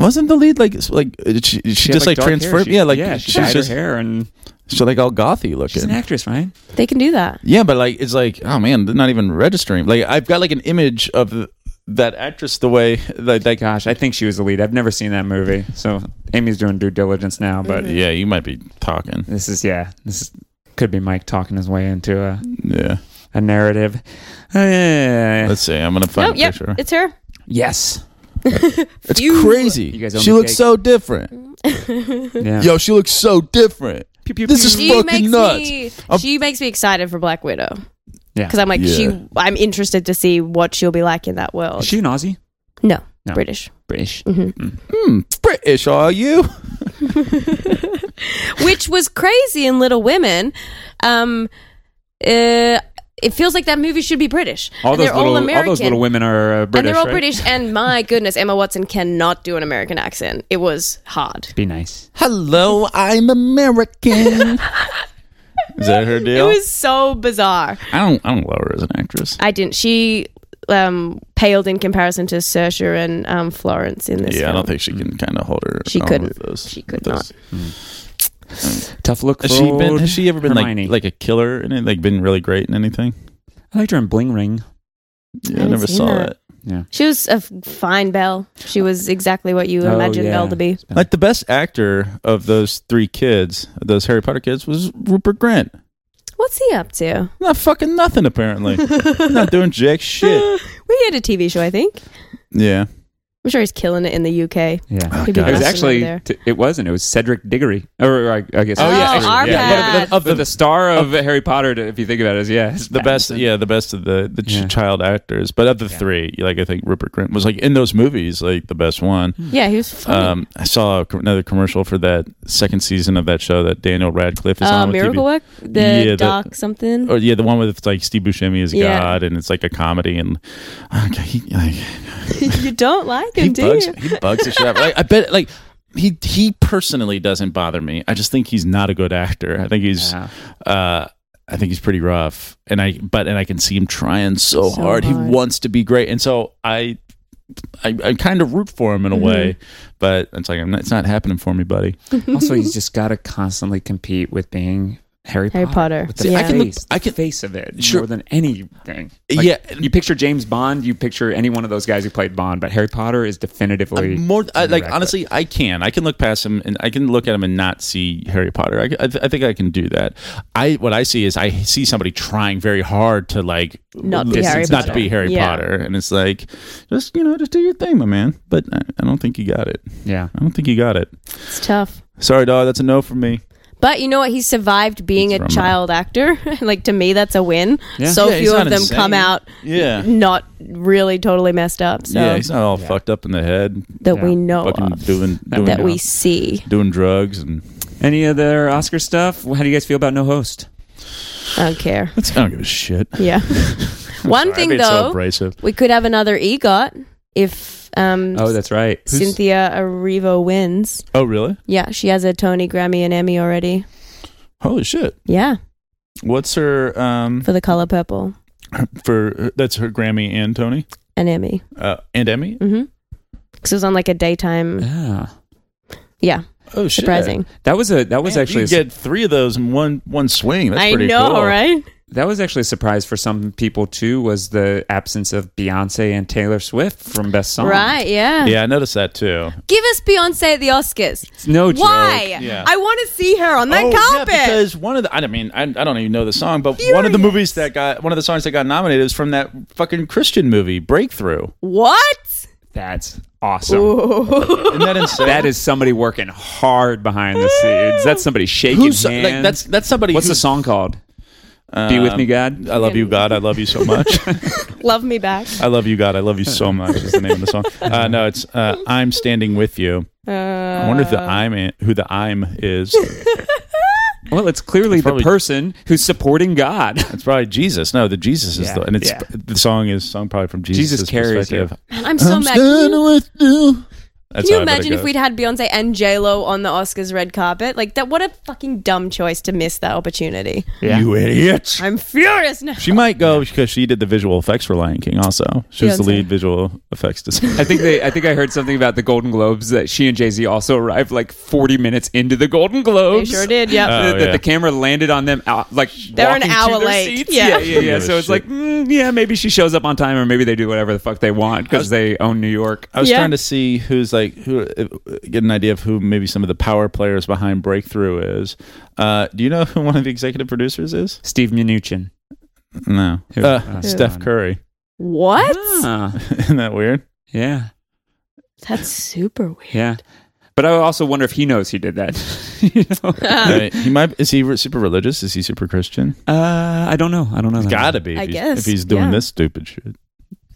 B: Wasn't the lead like like uh, she,
A: had,
B: she, just like,
A: dark hair.
B: transformed?
A: She-
B: Yeah, like
A: yeah, she
B: she's
A: dyed
B: just
A: her hair and
B: she's like all gothy
A: she's an
B: looking.
A: actress, right?
C: They can do that.
B: Yeah, but like it's like oh man, they're not even registering. Like I've got like an image of th- that actress the way like like
A: Gosh, I think she was the lead. I've never seen that movie, so Amy's doing due diligence now. But
B: yeah, you might be talking.
A: this is yeah, this is, could be Mike talking his way into a,
B: Yeah,
A: a narrative. Eh.
B: let's see. I'm gonna find
C: Oh
B: a
C: yeah,
B: picture.
C: it's her.
A: yes,
B: It's
C: You-
B: crazy.
A: You guys own
B: she
A: the
B: looks
A: cake.
B: so different.
A: yeah.
D: Yo, she looks so different.
A: Pew, pew,
B: This
A: pew.
B: is
C: She
B: fucking
C: makes
B: nuts.
C: me.
B: I'm-
C: She makes me excited for Black Widow.
A: Yeah.
C: because I'm like
B: Yeah.
C: she. I'm interested to see what she'll be like in that world.
A: Is she an Aussie?
C: no,
A: No.
C: British.
A: British.
C: Mm-hmm.
B: Hmm, British, are you?
C: which was crazy in Little Women. Um, uh, it feels like that movie should be British.
A: All
C: And
A: those
C: they're
A: little,
C: all
A: all,
C: American.
A: those little women are uh, British.
C: and they're all
A: right?
C: British. And my goodness, Emma Watson cannot do an American accent. It was hard.
A: Be nice.
B: Hello, I'm American. Is that her deal?
C: It was so bizarre.
B: I don't. I don't love her as an actress.
C: I didn't. She um, paled in comparison to Saoirse and um, Florence in this.
B: yeah, I
C: film.
B: don't think she can kind of hold her.
C: She
B: own
C: couldn't.
B: with Those,
C: She could
B: with those.
A: Tough look.
B: Has she
A: for
B: been?
A: old
B: Has she ever been
A: Hermione.
B: like like a killer and like been really great in anything?
A: I liked her in Bling Ring.
B: Yeah, I,
C: haven't
B: never
C: seen
B: saw
C: that.
B: it.
C: She was a f- fine Belle. She was exactly what you
A: Oh,
C: imagined
A: yeah.
C: Belle to be.
B: Like the best actor of those three kids, those Harry Potter kids, was Rupert Grant.
C: What's he up to?
B: Not fucking nothing apparently. Not doing jack shit.
C: We had a TV show, I think.
B: Yeah.
C: I'm sure he's killing it in the UK.
A: Yeah.
C: He'd be
B: Oh, God.
A: It was
C: blasting
A: actually,
C: over there.
A: t- it wasn't. It was Cedric Diggory. Or, or I, I guess.
C: Oh, yeah, Oh, actually, our
A: One
C: yeah.
A: of
C: bad.
A: the- Of the, the star of Harry Potter, to- if you think about it, is, yeah. it's
B: the best
A: Pattinson.
B: yeah the best of the the ch-
A: Yeah.
B: child actors but of the
A: Yeah.
B: three like i think rupert grint was like in those movies like the best one
C: Yeah, he was funny.
B: um i saw a co- another commercial for that second season of that show that daniel radcliffe is
C: uh,
B: on with
C: Miracle
B: TV.
C: Work, the
B: Yeah, the- Oh,
C: doc something.
B: or yeah the one with like steve buscemi is
C: Yeah.
B: god and it's like a comedy and okay, he, like,
C: you don't like
B: he
C: him, do
B: bugs
C: you?
B: he bugs the shit out of me. like, i bet like he he personally doesn't bother me i just think he's not a good actor i think he's
A: Yeah.
B: uh, I think he's pretty rough, and I but and I can see him trying so,
C: So
B: hard. He
C: hard.
B: wants to be great, and so I, I, I kind of root for him in a way, but it's like I'm not, it's not happening for me, buddy.
A: also, he's just got to constantly compete with being Harry,
C: Harry Potter.
A: With the
C: Yeah.
A: yeah.
C: I can-
A: face,
B: I
A: I
B: can-
A: can, face of it
B: Sure.
A: more than anything.
B: Yeah.
A: You picture James Bond, you picture any one of those guys who played Bond, but Harry Potter is definitively.
B: More I, like
A: Exactly.
B: honestly, I can I can look past him and I can look at him and not see Harry Potter. I, I, th- I think I can do that. I what I see is I see somebody trying very hard to like
C: Not be
A: Harry
B: not to
A: Potter.
B: be Harry
C: Yeah.
B: Potter, and it's like just you know just do your thing, my man. But I, I don't think you got it.
A: yeah.
B: I don't think you got it.
C: It's tough.
B: Sorry, dog. That's a no from me.
C: But you know what? He survived being
B: He's
C: a
B: from, uh,
C: child actor. like to me, that's a win.
A: Yeah.
C: So
B: Yeah, he's
C: few of
B: not
C: them
B: insane.
C: come out
B: Yeah.
C: not really totally messed up. So
B: yeah, he's not all
A: Yeah.
B: fucked up in the head,
C: that we
A: Yeah.
C: know
B: fucking
C: of,
B: doing doing,
C: that we see.
B: doing drugs and
A: Any other Oscar stuff? How do you guys feel about no host?
C: I don't care.
B: I don't give a shit.
C: Yeah. One thing
B: I mean, it's so
C: though,
B: abrasive.
C: we could have another EGOT if um,
A: Oh, that's right. Who's-
C: Cynthia Erivo wins.
B: Oh, really?
C: Yeah, she has a Tony, Grammy, and Emmy already.
B: Holy shit!
C: Yeah,
B: What's her um
C: for the color purple
B: for that's her Grammy and Tony
C: and Emmy.
B: uh, and Emmy?
C: Mm-hmm. Because it was on like a daytime.
A: Yeah.
C: Yeah,
B: Oh Eh, shit!
C: surprising.
A: That was a that was
B: Man,
A: actually
B: you
A: a,
B: get three of those in one one swing. That's
C: I
B: pretty
C: know,
B: cool.
C: right?
A: that was actually a surprise for some people too was the absence of Beyonce and Taylor Swift from best song.
C: Right? Yeah.
B: Yeah, I noticed that too.
C: Give us Beyonce at the Oscars.
A: It's no joke.
C: Why?
B: Yeah.
C: I want to see her on that
B: Oh,
C: carpet.
B: Yeah, because one of the I don't mean I, I don't even know the song, but one of the
C: Furious.
B: movies that got one of the songs that got nominated was from that fucking Christian movie Breakthrough.
C: what?
A: That's awesome.
B: Isn't that insane?
A: That is somebody working hard behind the scenes. That's somebody shaking
B: Who's-
A: hands.
B: like that's that's somebody
A: What's the
B: who's-
A: song called? Be with
B: Um,
A: me, God.
B: I love you, God. I love you so much.
C: Love me back.
B: I love you, God. I love you so much. Is the name of the song? Uh, no, it's uh, I'm standing with you. I wonder if
C: Uh.
B: the I'm in, who the I'm is.
A: Well, it's clearly
B: probably-
A: the person who's supporting God.
B: It's probably Jesus. No, the Jesus is
A: Yeah,
B: the and it's
A: yeah.
B: the song is sung probably from Jesus.
A: Jesus carries you.
B: perspective.
C: Man, I'm so mad. Can
D: Standing
C: you,
D: with you.
B: That's
C: can you
B: how I bet it
C: imagine if
B: goes.
C: we'd had Beyonce and J Lo on the Oscars red carpet? Like that. What a fucking dumb choice to miss that opportunity.
A: Yeah.
B: You idiots.
C: I'm furious now.
B: She might go because she did the visual effects for Lion King. Also, she was the
C: Beyonce.
B: lead visual effects designer.
A: I think they. I think I heard something about the Golden Globes that she and Jay Z also arrived like 40 minutes into the Golden
C: They
A: Globes.
C: sure did. Yeah.
B: Uh,
A: That- that
B: yeah.
A: the camera landed on them out like
C: They're an
A: walking to
C: hour
A: their
C: late.
A: seats.
C: Yeah.
A: yeah, yeah. yeah.
B: Give a
A: So it's
B: shit.
A: like, mm, yeah, maybe she shows up on time, or maybe they do whatever the fuck they want because they own New York.
B: I was
C: Yeah.
B: trying to see who's like who get an idea of who maybe some of the power players behind Breakthrough is. Uh, do you know who one of the executive producers is?
A: Steve Mnuchin.
B: No,
A: Who?
B: Uh,
A: Oh,
B: Steph
A: God.
B: Curry.
C: what?
A: Ah,
B: Isn't that weird?
A: yeah,
C: That's super weird.
A: yeah. But I also wonder if he knows he did that. you know?
C: Uh.
B: Right. He might. Is he re- super religious? Is he super Christian?
A: uh, I don't know. I don't know. that.
B: Gotta be.
C: I
B: if he's-
C: guess,
B: if he's doing
C: yeah.
B: this stupid shit.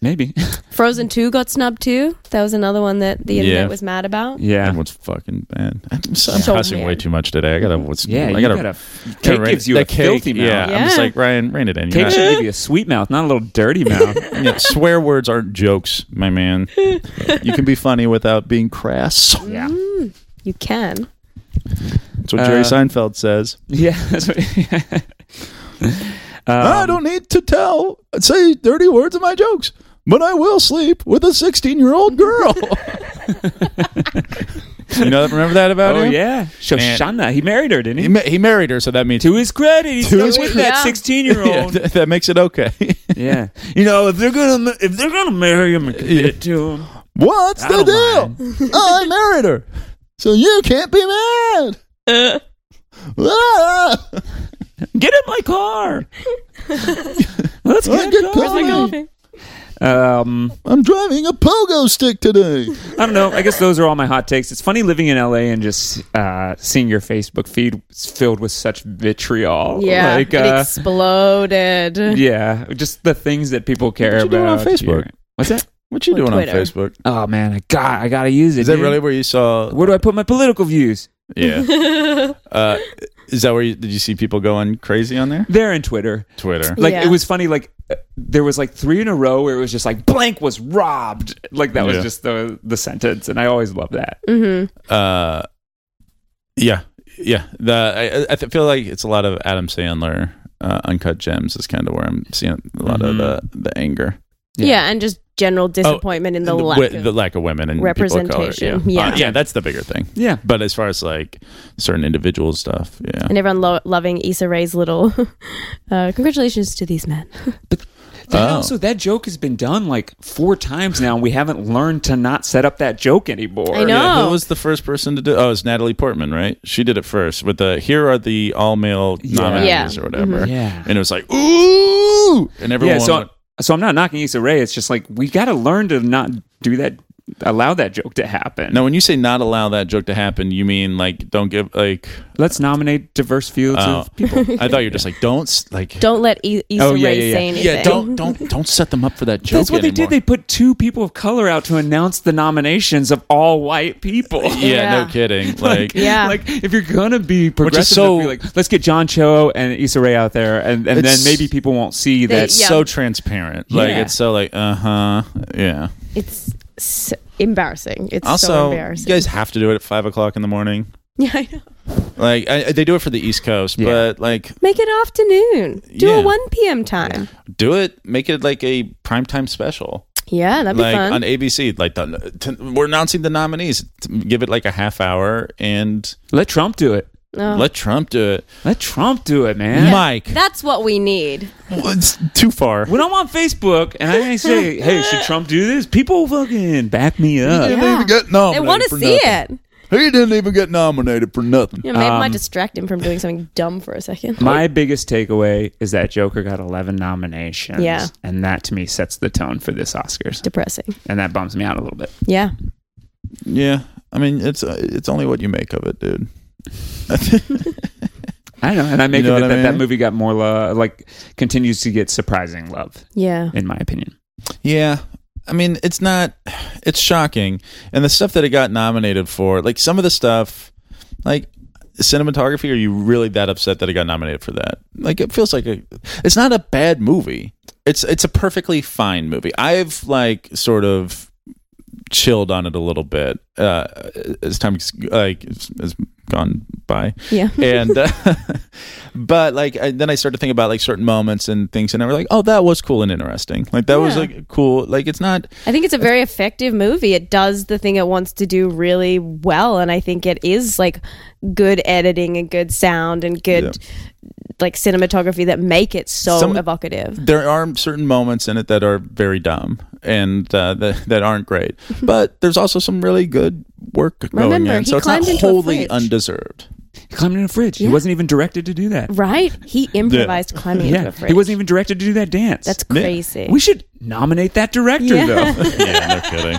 A: Maybe.
C: Frozen Two got snubbed too. That was another one that the internet
B: Yeah.
C: was mad about.
A: yeah.
B: Everyone's fucking bad. I'm, so, I'm
C: So
B: cussing way
C: mad.
B: too much today. I gotta. What's,
A: Yeah.
B: I
A: you
B: gotta.
A: gotta.
B: gotta
A: Cake
B: rein-
A: gives you a
B: that cake,
A: filthy mouth.
B: Yeah, I'm just
C: Yeah.
B: like Ryan. Rein it in. You're
A: Cake
B: not-
A: should give you a sweet mouth, not a little dirty mouth.
B: Yeah, swear words aren't jokes, my man. you can be funny without being crass.
A: yeah.
C: Mm, You can.
B: That's what Jerry
A: Uh,
B: Seinfeld says.
A: Yeah. Uh, That's what,
B: Ah,
A: um,
D: I don't need to tell, say dirty words in my jokes, but I will sleep with a 16 year old girl.
B: You know, remember that about
A: oh
B: him?
A: yeah. Shoshana. He married her, didn't
B: He,
A: he?
B: ma- he married her, so that means
A: to his credit, he's
B: To
A: still
B: his
A: with
C: credit.
A: that
C: Yeah.
B: Yeah,
A: 16-year-old.
B: th- that makes it okay.
A: yeah.
D: you know, if they're going to.
A: If they're gonna marry him and commit to him,
D: What's
A: I
D: the
A: don't
D: deal? I married her. So you can't be mad.
C: Uh,
D: Ah,
A: get in my car. Let's
D: I
A: get,
D: get
C: Oh
A: going.
D: going.
A: Um,
D: I'm driving a pogo stick today.
A: I don't know. I guess those are all my hot takes. It's funny living in LA and just uh, seeing your Facebook feed filled with such
B: Oh
A: vitriol.
C: Yeah,
A: Like,
C: it uh,
A: uh,
C: exploded.
A: yeah, just the things that people care
B: What you doing on
A: about.
B: Facebook?
A: Yeah. What's that?
B: what you
C: On
B: doing
C: Twitter.
B: on Facebook?
A: Oh man, I got I gotta use it.
B: Is that
A: dude.
B: really where you saw?
A: Where do I put my political views?
B: Yeah. Uh, is that where you did you see people going crazy on there?
A: There in Twitter.
B: Twitter.
A: Like
C: Yeah.
A: it was funny. Like uh, there was like three in a row where it was just like blank was robbed. Like that
B: Yeah.
A: was just the the sentence, and I always love that.
C: Mm-hmm.
B: Uh, yeah, yeah. The I- I, I th- feel like it's a lot of Adam Sandler. Uh, uncut gems is kind of where I'm seeing a lot of the, the anger,
C: yeah. and just general disappointment in the
B: Oh, And
C: lack.
B: wi-
C: of-
B: the lack of women and people of color.
C: Representation,
B: Yeah,
C: yeah.
B: Uh, yeah, that's the bigger thing.
A: Yeah.
B: But as far as like certain individual stuff, yeah,
C: and everyone lo- loving Issa Rae's little. uh, congratulations to these men.
A: That
B: Oh.
A: also that joke has been done like four times now, and we haven't learned to not set up that joke anymore.
C: I know.
B: Yeah,
C: Oh.
B: who was the first person to do? Oh, it's Natalie Portman, right? She did it first with the here are the all male nominees
C: Yeah. Mm-hmm.
B: or whatever.
A: Yeah.
B: and it was like ooh, and everyone.
A: yeah, so
B: went-
A: so I'm not knocking Issa Rae. It's just like we got to learn to not do that, allow that joke to happen.
B: now when you say not allow that joke to happen, you mean like don't give like
A: let's nominate diverse fields
B: oh.
A: of people.
B: I thought you were just like don't s- like
C: Don't let I- Issa
A: Oh, yeah,
C: Rae
A: yeah, yeah.
C: say anything.
B: yeah don't don't don't set them up for that joke.
A: That's what they did. They
B: anymore.
A: put two people of color out to announce the nominations of all white people.
B: yeah,
C: Yeah.
B: no kidding. Like,
C: Yeah.
A: like if you're gonna be progressive,
B: so-
A: so, like let's get John Cho and Issa Rae out there, and, and then
B: It's-
A: maybe people won't see
C: They-
A: that.
B: it's
C: yeah.
B: so transparent. Like
A: Yeah.
B: it's so like uh huh yeah.
C: It's s embarrassing. It's so
B: Also, you
C: embarrassing.
B: guys have to do it at five o'clock in the morning.
C: yeah, I know.
B: Like I, I- they do it for the East Coast,
A: Yeah.
B: but like
C: Make it afternoon. Do
B: Yeah.
C: a 1 p.m. time.
B: do it, make it like a primetime special,
C: Yeah, that'd be
B: like
C: fun.
B: on ABC. Like the, t- we're announcing the nominees. T- Give it like a half hour and
A: Let Trump do it.
C: Oh.
B: let Trump do it.
A: Let Trump do it, man.
B: Mike,
C: That's what we need.
B: well, it's too far.
A: when I'm on Facebook and I say, "Hey, should Trump do this?" People fucking back me up.
D: He
C: Yeah.
D: didn't even get
C: They
B: Oh,
D: nominated.
C: want to
D: for
C: see
D: nothing.
C: it.
D: He didn't even get nominated for nothing.
C: Yeah, maybe it might distract him from doing something dumb for a second.
A: My biggest takeaway is that Joker got 11 nominations,
C: Yeah.
A: and that to me sets the tone for this Oscars,
C: Depressing.
A: and that bums me out a little bit.
C: Yeah.
B: Yeah, I mean it's uh, it's only what you make of it, dude.
A: I know, and I make
D: know
A: it
D: what
A: that,
D: I
A: that that
D: mean?
A: movie got more love, like continues to get surprising love,
C: Yeah.
A: in my opinion.
B: Yeah. I mean, it's not it's shocking. And the stuff that it got nominated for, like some of the stuff like cinematography, are you really that upset that it got nominated for that? Like it feels like a it's not a bad movie. It's it's a perfectly fine movie. I've like sort of chilled on it a little bit uh as time's like as as gone by
C: Yeah.
B: and uh, but like I, then I started to think about like certain moments and things, and I were like, oh, that was cool and interesting. Like that was
C: Yeah.
B: like cool. Like it's not.
C: I think it's a very effective movie. It does the thing it wants to do really well, and I think it is like good editing and good sound and good like cinematography that make it so
B: Some-
C: evocative.
B: There are certain moments in it that are very dumb and uh, that that aren't great, but there's also some really good work going
C: Remember,
B: in.
C: he
B: So it's not
C: climbed into a
B: wholly
C: fridge.
B: undeserved.
A: He climbed in a fridge. He wasn't even directed to do that.
C: Right? He improvised climbing into
A: Yeah,
C: a fridge.
A: he wasn't even directed to do that dance.
C: That's crazy.
A: we should nominate that director
C: Yeah.
A: though.
B: yeah, no kidding.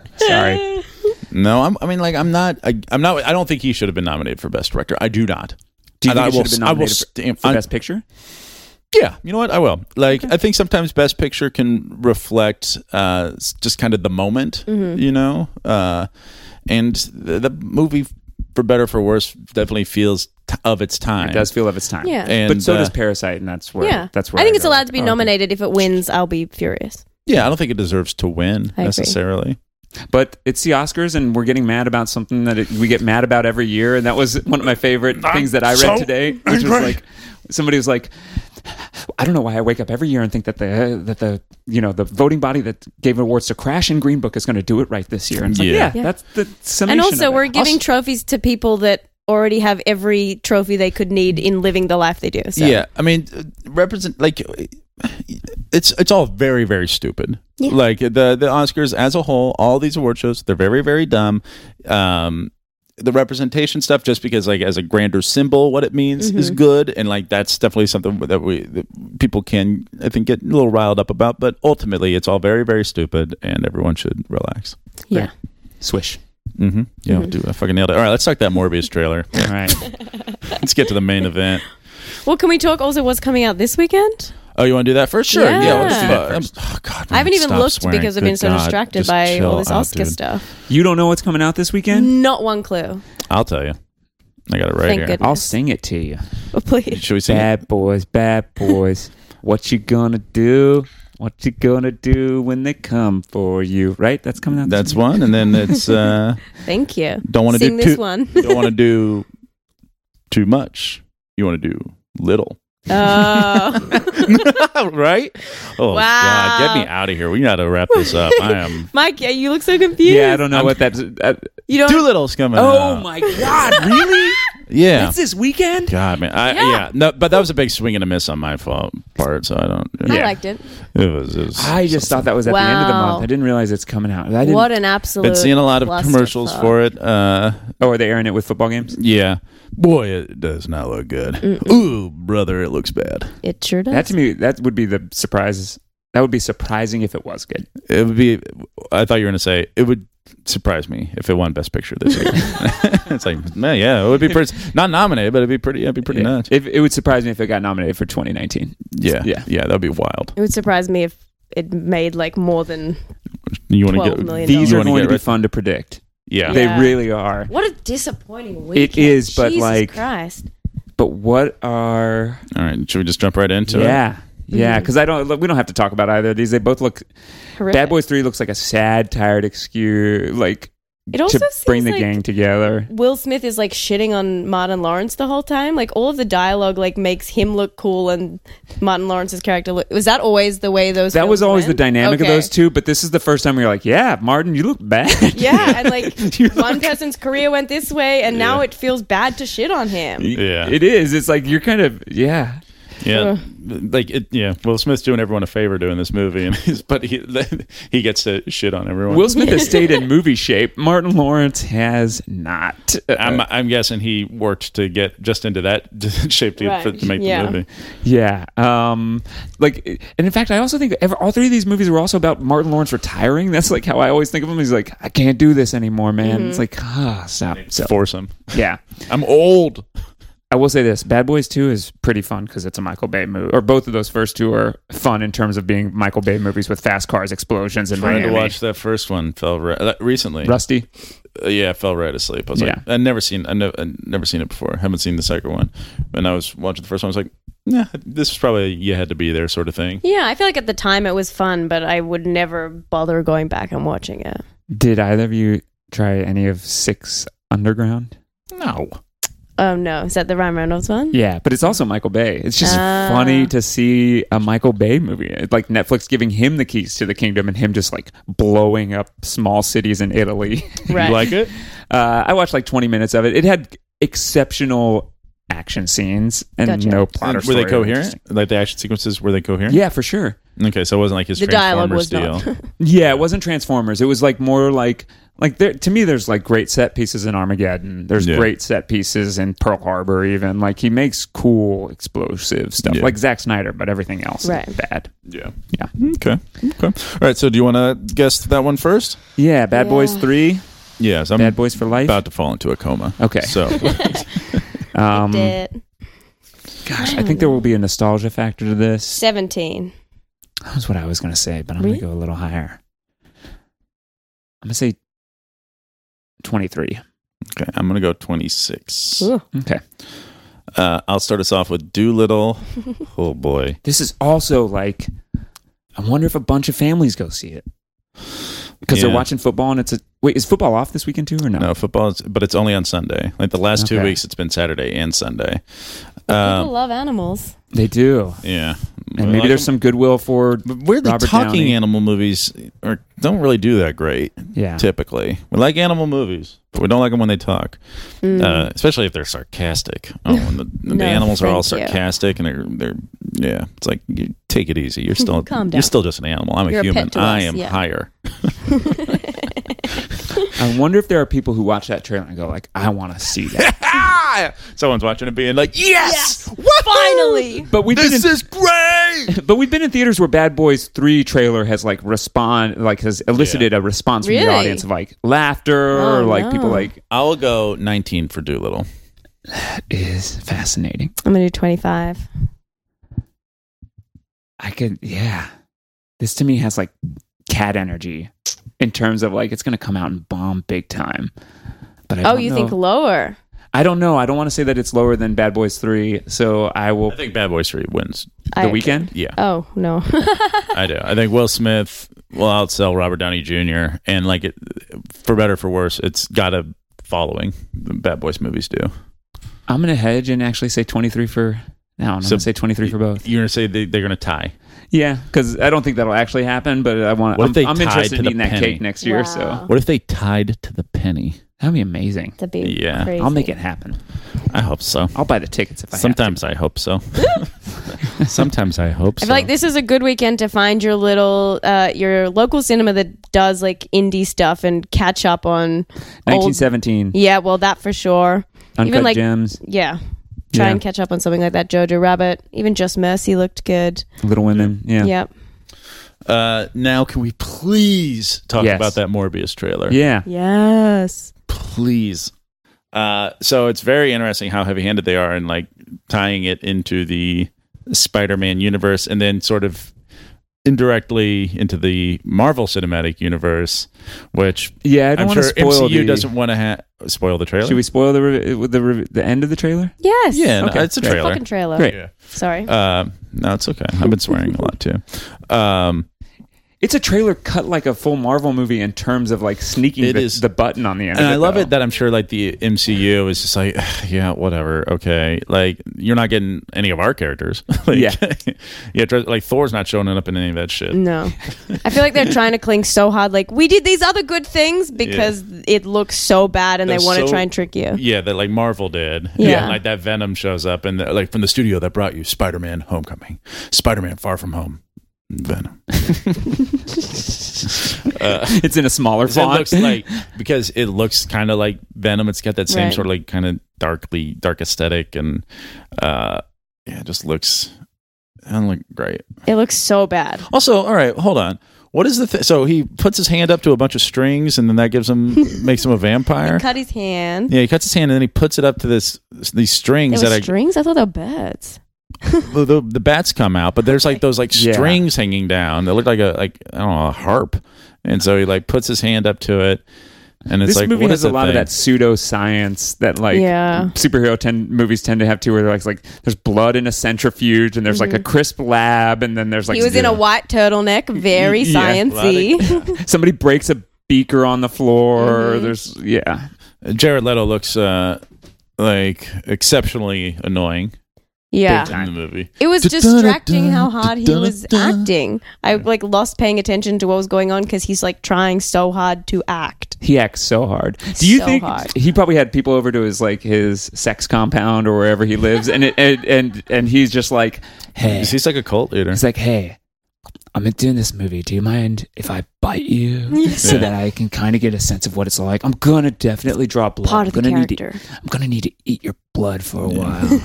A: Sorry,
B: No, I'm, I mean, like, I'm not. I, I'm not. I don't think he should have been nominated for best director. I do not.
A: do you think
B: And I
A: it should have
B: will
A: been
B: s- I will
A: nominated
B: stamp-
A: for, for
B: I-
A: best picture?
B: Yeah, you know what? I will. Like, I think sometimes Best Picture can reflect uh, s- just kind of the moment,
C: Mm-hmm.
B: you know? Uh, and the, the movie, for better or for worse, definitely feels t- of its time.
A: It does feel of its time.
C: Yeah.
B: And,
A: but so
B: uh,
A: does Parasite, and that's where
C: yeah.
A: that's where
C: I think
A: I
C: it's
A: go.
C: allowed to be
A: Oh, okay.
C: nominated. If it wins, I'll be furious.
B: Yeah, I don't think it deserves to win
C: I agree.
B: necessarily.
A: Oh. But it's the Oscars, and we're getting mad about something that it, we get mad about every year, and that was one of my favorite things that I read
D: so
A: today, which was like somebody was like, "I don't know why I wake up every year and think that the that the you know the voting body that gave awards to Crash and Green Book is going to do it right this year." And it's like,
B: Yeah.
A: yeah,
C: Yeah.
A: that's the summation.
C: and
A: of
C: also,
A: it.
C: we're giving
B: Also-
C: trophies to people that already have every trophy they could need in living the life they do. So.
B: Yeah, I mean, uh, represent like it's it's all very very stupid.
C: Yeah.
B: Like the the Oscars as a whole, all these award shows, they're very very dumb. Um, the representation stuff, just because like as a grander symbol, what it means is good, and like that's definitely something that we that people can I think get a little riled up about. But ultimately, it's all very very stupid, and everyone should relax.
C: Yeah.
A: swish.
B: Mm-hmm. Yeah, dude, I fucking nailed it. All right, let's talk that Morbius trailer.
A: All right,
B: let's get to the main event.
C: Well, can we talk also what's coming out this weekend?
B: Oh, you want to do that first? Sure. Yeah.
C: Yeah.
B: let's do that
A: Yeah.
B: first. Oh, God,
C: I haven't even
B: stop
C: looked
B: swearing.
C: because I've
B: Good
C: been so
B: God.
C: distracted
B: Just
C: by
B: chill
C: all this
B: out,
C: Oscar
B: dude.
C: stuff.
A: you don't know what's coming out this weekend?
C: Not one clue.
B: I'll tell you. I got it right
C: Thank
B: here.
C: goodness.
A: I'll sing it to you.
C: Oh, please.
B: Should we sing? it?
A: Bad boys, bad boys. what you gonna do? What you gonna do when they come for you? Right? That's coming out. this
B: That's one, and then it's uh,
C: Thank you.
B: don't want to
C: Sing
B: do
C: this
B: too.
C: one.
B: Don't want to do too much. You want to do little,
C: Oh.
B: right? Oh God, get
C: Wow.
B: me out of here. We got to wrap this up. I am.
C: Mike, yeah, you look so confused.
A: Yeah, I don't know
B: I'm-
A: what that's. Uh,
C: You don't.
B: Doolittle's coming.
A: oh
B: out.
A: my god! Really?
B: Yeah.
A: That's this weekend?
B: God, man. I, yeah.
C: Yeah.
B: No, but that was a big swing and a miss on my fault part. So I don't.
C: I
B: Yeah.
C: liked it.
B: It was. It was
A: I just thought that was at the end of the
C: Wow.
A: month. I didn't realize it's coming out. I didn't.
C: What an absolute.
B: been seeing a lot of
C: clusterfuck.
B: commercials for it. Uh,
A: oh, are they airing it with football games?
B: yeah, boy, it does not look good. Ooh, brother, it looks bad.
C: It sure does.
A: That to me, that would be the surprise. That would be surprising if it was good.
B: It would be. I thought you were gonna say it would surprise me if it won Best Picture this year. it's like, man, yeah, it would be pretty. Not nominated, but it'd be pretty. It'd be pretty
A: Yeah.
B: nuts.
A: If, it would surprise me if it got nominated for 2019.
B: Yeah, yeah,
A: Yeah.
B: yeah. That'd be wild.
C: it would surprise me if it made like more than.
B: You want to
C: $12
B: get
C: million.
A: These
B: you
A: are
B: wanna
A: going
B: get
A: to be
B: right-
A: fun to predict.
B: Yeah.
A: They
C: Yeah.
A: really are.
C: What a disappointing weekend.
A: is, but,
C: Jesus
A: like-
C: Christ.
A: But what are?
B: All right. Should we just jump right into it?
A: yeah, yeah.
C: Mm.
A: Because I don't. look, We don't have to talk about either of these. They both look.
C: Horrific.
A: Bad Boys Three looks like a sad, tired excuse, like
C: It also
A: to bring
C: seems
A: the
C: like
A: gang together.
C: Will Smith is like shitting on Martin Lawrence the whole time. Like all of the dialogue like makes him look cool and Martin Lawrence's character look. Was that always the way those?
A: That was
C: films
A: always the
C: went?
A: dynamic
C: Okay.
A: of those two, but this is the first time we were like, yeah, Martin, you look bad.
C: Yeah, and like
A: You
C: one person's career went this way, and now it feels bad to shit on him.
B: Yeah.
A: It is. It's like you're kind of, yeah.
B: Yeah, like it, yeah. Will Smith's doing everyone a favor doing this movie, and he's, but he he gets to shit on everyone.
A: Will Smith has stayed in movie shape. Martin Lawrence has not.
B: I'm I'm guessing he worked to get just into that shape to,
C: Right.
B: for- to make
C: Yeah.
B: the movie.
A: yeah. Um, like, and in fact, I also think ever, all three of these movies were also about Martin Lawrence retiring. That's like how I always think of him. He's like, I
C: Mm-hmm.
A: can't do this anymore, man. It's like, ah, stop. So,
B: Force him.
A: yeah.
B: I'm old.
A: I will say this: Bad Boys Two is pretty fun because it's a Michael Bay movie, or both of those first two are fun in terms of being Michael Bay movies with fast cars, explosions, and
B: Trying
A: Miami.
B: to watch that first one fell right, uh, recently.
A: Rusty.
B: Uh, yeah, I fell right asleep. I was like,
A: Yeah.
B: I've never seen, I've never, never seen it before. I haven't seen the second one. And I was watching the first one. I was like, nah, this is probably a you had to be there sort of thing.
C: Yeah, I feel like at the time it was fun, but I would never bother going back and watching it.
A: Did either of you try any of Six Underground?
B: No,
C: Oh no, is that the Ryan Reynolds one?
A: Yeah, but it's also Michael Bay. It's just
C: Ah.
A: funny to see a Michael Bay movie. It's like Netflix giving him the keys to the kingdom and him just like blowing up small cities in Italy.
C: Right.
B: you like it?
A: Uh, I watched like 20 minutes of it. It had exceptional action scenes and
C: Gotcha.
A: no plot or
B: were they
A: story.
B: coherent? Like the action sequences were they coherent?
A: Yeah, for sure.
B: Okay, so it wasn't like his
C: The dialogue
B: Transformers
C: was
B: deal.
C: not.
A: Yeah, it wasn't Transformers. It was like more like like there to me there's like great set pieces in Armageddon. There's
B: Yeah.
A: great set pieces in Pearl Harbor even. Like he makes cool explosive stuff
B: Yeah.
A: like Zack Snyder, but everything else
C: Right.
A: is bad.
B: yeah.
A: Yeah.
B: Okay. Okay. All right. So do you want to guess that one first?
A: Yeah, Bad Boys
C: Yeah.
A: 3,
B: Yes. I'm
A: Bad Boys for Life.
B: about to fall into a coma.
A: Okay.
B: So
A: um
C: Did-
A: gosh, I think there will be a nostalgia factor to this.
C: Seventeen.
A: That was what I was going to say, but I'm
C: Really?
A: going to go a little higher. I'm going to say 23.
B: okay, I'm gonna go 26.
C: Ooh.
A: Okay.
B: Uh, I'll start us off with Doolittle. oh boy.
A: This is also like, I wonder if a bunch of families go see it because
B: Yeah.
A: they're watching football and it's a. Wait, is football off this weekend too or no?
B: No football, is, but it's only on Sunday. Like the last two
A: Okay.
B: weeks, it's been Saturday and Sunday.
C: People
B: Um,
C: love animals.
A: They do.
B: yeah.
A: And maybe there's some goodwill for.
B: But weirdly,
A: Robert
B: talking
A: Downey.
B: animal movies are, don't really do that great.
A: Yeah.
B: typically. We like animal movies, but we don't like them when they talk, uh, especially if they're sarcastic. Oh, and the, the
C: No,
B: animals are all
C: thank you.
B: sarcastic, and they're they're yeah. It's like you take it easy. You're still
C: Calm
B: you're
C: down.
B: still just an animal. I'm
C: You're
B: a
C: a
B: human.
C: pet to
B: I
C: us,
B: am
C: yeah.
B: higher.
A: I wonder if there are people who watch that trailer and go like, I want to see that.
B: Ah! Someone's watching it being like, yes,
C: Finally.
A: but we've been in-
B: this is great.
A: But we've been in theaters where Bad Boys Three trailer has like respond like has elicited a response from
C: Really?
A: the audience of like laughter or
C: Oh,
A: like
C: no.
A: people like
B: I will go 19 for Doolittle.
A: is fascinating.
C: I'm gonna do twenty-five.
A: I could yeah. This to me has like cat energy in terms of like it's gonna come out and bomb big time. But I
C: Oh,
A: don't
C: you
A: know.
C: think lower?
A: I don't know. I don't want to say that it's lower than Bad Boys Three, so I will
B: I think Bad Boys 3 wins.
A: the
C: I-
A: weekend.
B: Yeah,
C: Oh no.
B: I do. I think Will Smith will outsell Robert Downey Jr. and like it, for better or for worse, it's got a following. The Bad Boys movies do.
A: I'm gonna hedge and actually say 23 for now. I'm
B: So-
A: gonna say 23 for both.
B: You're gonna say they, they're gonna tie.
A: Yeah, because I don't think that'll actually happen. But I want.
B: What if
A: I'm,
B: they
A: I'm
B: tied
A: interested
B: to
A: in
B: the
A: eating that
B: penny?
A: cake next year, so.
C: Wow.
B: What if they tied to the penny?
A: That'd be amazing.
C: to be
B: Yeah.
C: crazy.
A: I'll make it happen.
B: I hope so.
A: I'll buy the tickets if I
B: Sometimes I hope so. Sometimes I hope
C: I
B: so.
C: feel like this is a good weekend to find your little, uh, your local cinema that does like indie stuff and catch up on.
A: have to.
C: old-
A: 1917,
C: Yeah, well, that for sure.
A: Uncut
C: even like-
A: Gems,
C: Yeah, try
A: Yeah.
C: and catch up on something like that. Jojo Rabbit, even Just Mercy looked good.
A: Little Women. Yeah. Yeah.
C: Yep.
B: uh, now, can we please talk
A: Yes.
B: about that Morbius trailer?
C: Yes.
B: please. Uh, so it's very interesting how heavy-handed they are in like tying it into the Spider-Man universe, and then sort of indirectly into the Marvel Cinematic Universe, which
A: Yeah, I don't
B: I'm
A: want to
B: sure
A: spoil
B: MCU
A: the-
B: doesn't want to ha- spoil the trailer.
A: Should we spoil the re- the, re- the end of the trailer?
C: Yes.
B: yeah, no,
A: Okay,
B: it's a
A: great.
B: trailer.
C: Fucking trailer.
A: Great. Uh,
C: Sorry.
B: Um, no, it's okay. I've been swearing a lot too. Um,
A: It's a trailer cut like a full Marvel movie in terms of like sneaking
B: It
A: the,
B: is.
A: the button on the end.
B: and
A: of
B: I love it
A: though.
B: that I'm sure like the MCU is just like, yeah, whatever, okay. Like you're not getting any of our characters. like,
A: Yeah.
B: yeah, tr- like Thor's not showing up in any of that shit.
C: no. I feel like they're trying to cling so hard. Like we did these other good things because it looks so bad, and
B: They're
C: they want to
B: so-
C: try and trick you.
B: Yeah, that like Marvel did.
C: Yeah.
B: And, like that Venom shows up and they're, like from the studio that brought you Spider-Man: Homecoming, Spider-Man: Far From Home, Venom.
A: It's in a smaller
B: So it
A: font.
B: looks like because it looks kind of like Venom. It's got that same
C: Right.
B: sort of like kind of darkly dark aesthetic, and uh, yeah, it just looks. It doesn't look great.
C: It looks so bad.
B: Also, all right, hold on. What is the th- so he puts his hand up to a bunch of strings and then that gives him makes him a vampire.
E: Cut his hand.
B: yeah, he cuts his hand and then he puts it up to this these strings
E: There
B: that
E: were
B: are
E: strings? I thought they were bats.
B: the, the, the bats come out, but there's like those like
A: Yeah.
B: strings hanging down. They look like a like I don't know a harp, and so he like puts his hand up to it, and it's
A: this
B: like
A: movie
B: what
A: has
B: is
A: a
B: that
A: lot of
B: thing?
A: that pseudoscience that like
E: Yeah.
A: superhero ten- movies tend to have too, where they're like, like there's blood in a centrifuge, and there's like a crisp lab, and then there's like
C: Mm-hmm. he was in a white turtleneck, very
A: Yeah.
C: sciency.
A: somebody breaks a beaker on the floor.
C: Mm-hmm.
A: There's yeah,
B: Jared Leto looks uh like exceptionally annoying
E: Yeah.
B: in the movie.
C: It was distracting how hard he was acting. I like lost paying attention to what was going on because he's like trying so hard to act.
A: he acts so hard. Do you
C: So
A: think
C: hard.
A: he probably had people over to his like his sex compound or wherever he lives, and it, and, and and he's just like, hey,
B: He's like a cult leader.
A: He's like, hey, I'm doing this movie. Do you mind if I bite you so that I can kind of get a sense of what it's like? I'm gonna definitely draw blood.
E: Part of
A: I'm
E: the
A: gonna
E: character.
A: Need to, I'm gonna need to eat your blood for a while.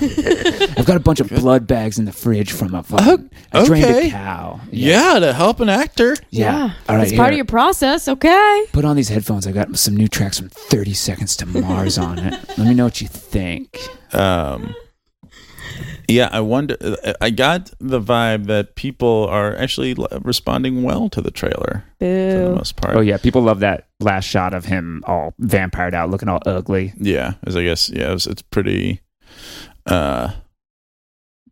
A: I've got a bunch of blood bags in the fridge from a fucking. I drained
B: okay.
A: a cow.
B: yeah, to help an actor.
A: Yeah. All right.
C: It's part
A: here.
C: of your process, okay?
A: Put on these headphones. I've got some new tracks from 30 Seconds to Mars on it. Let me know what you think.
B: Um, yeah, I wonder. I got the vibe that people are actually l- responding well to the trailer for the
E: Boo.
B: most part.
A: Oh, yeah. People love that last shot of him all vampired out, looking all ugly.
B: yeah, as I guess yeah, it's, it's pretty, uh,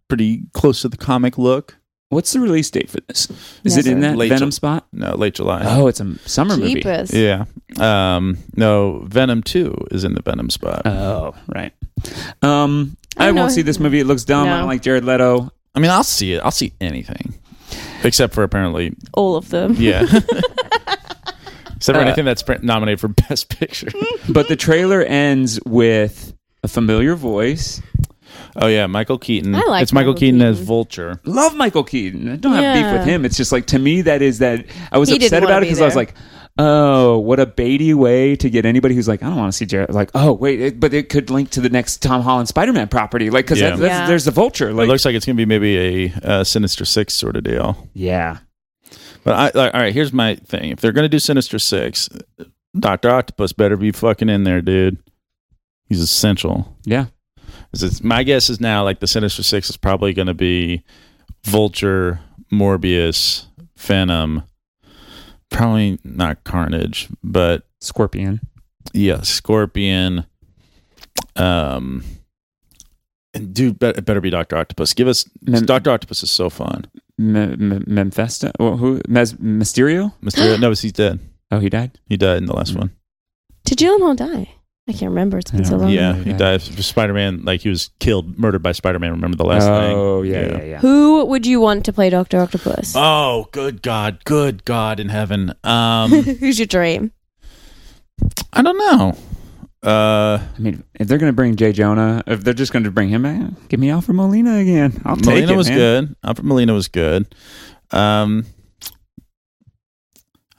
B: pretty close to the comic look.
A: What's the release date for this? Is it in
E: Never.
A: that
B: Late
A: Venom
B: Ju-
A: spot?
B: No, late July.
A: Oh, it's a summer movie.
E: Jeepers.
B: Yeah. Um. No, Venom Two is in the Venom spot.
A: Oh, right. Um,
C: I
A: I,
C: don't
A: won't
C: know.
A: see this movie. It looks dumb. I
C: No.
A: don't like Jared Leto.
B: I mean, I'll see it. I'll see anything, except for apparently,
E: All of them.
B: yeah. except for
A: Uh,
B: anything that's pre- nominated for Best Picture.
A: But the trailer ends with a familiar voice.
B: Oh yeah, Michael Keaton.
E: I like
B: it's Michael,
E: Michael
B: Keaton, as
E: Keaton.
B: Vulture.
A: Love Michael Keaton. I don't have beef
C: Yeah.
A: with him. It's just like to me that is that I was
C: He didn't
A: upset
C: wanna
A: about it
C: be
A: because I was
C: there.
A: like, oh, what a baity way to get anybody who's like, I don't want to see Jared. Like, oh wait, it, but it could link to the next Tom Holland Spider Man property. Like, because
B: Yeah.
C: Yeah.
A: there's the Vulture.
B: It
A: Like,
B: looks like it's gonna be maybe a uh, Sinister Six sort of deal.
A: yeah,
B: But I, like, all right, here's my thing: if they're gonna do Sinister Six, Doctor Octopus better be fucking in there, dude. He's essential.
A: yeah.
B: 'Cause It's, my guess is now like the Sinister Six is probably gonna be Vulture, Morbius, Venom, probably not Carnage, but
A: Scorpion.
B: yeah, Scorpion. Um, and dude, bet- it better be Doctor Octopus. Give us
A: Mem-
B: Doctor Octopus is so fun.
A: M- M- Memphesta? Well, who? Mes- Mysterio?
B: Mister no, he's dead.
A: Oh, he died?
B: He died in the last
A: Mm.
B: one.
E: Did Gyllenhaal die? I can't remember. It's been
A: I
E: so
A: don't-
E: long.
B: yeah,
A: no, he
B: he died.
A: died.
B: Spider Man, like he was killed, murdered by Spider Man. Remember the last thing?
A: oh, yeah,
B: Yeah.
A: yeah, yeah.
E: Who would you want to play Doctor Octopus?
A: Um.
B: Oh, good God, good God in heaven. Um,
E: Who's your dream?
B: I don't know. Uh,
A: I mean, if they're going to bring Jay Jonah, if they're just going to bring him, eh, give me Alfred Molina again. I'll take
B: Molina
A: it,
B: was
A: man.
B: good. Alfred Molina was good. Um,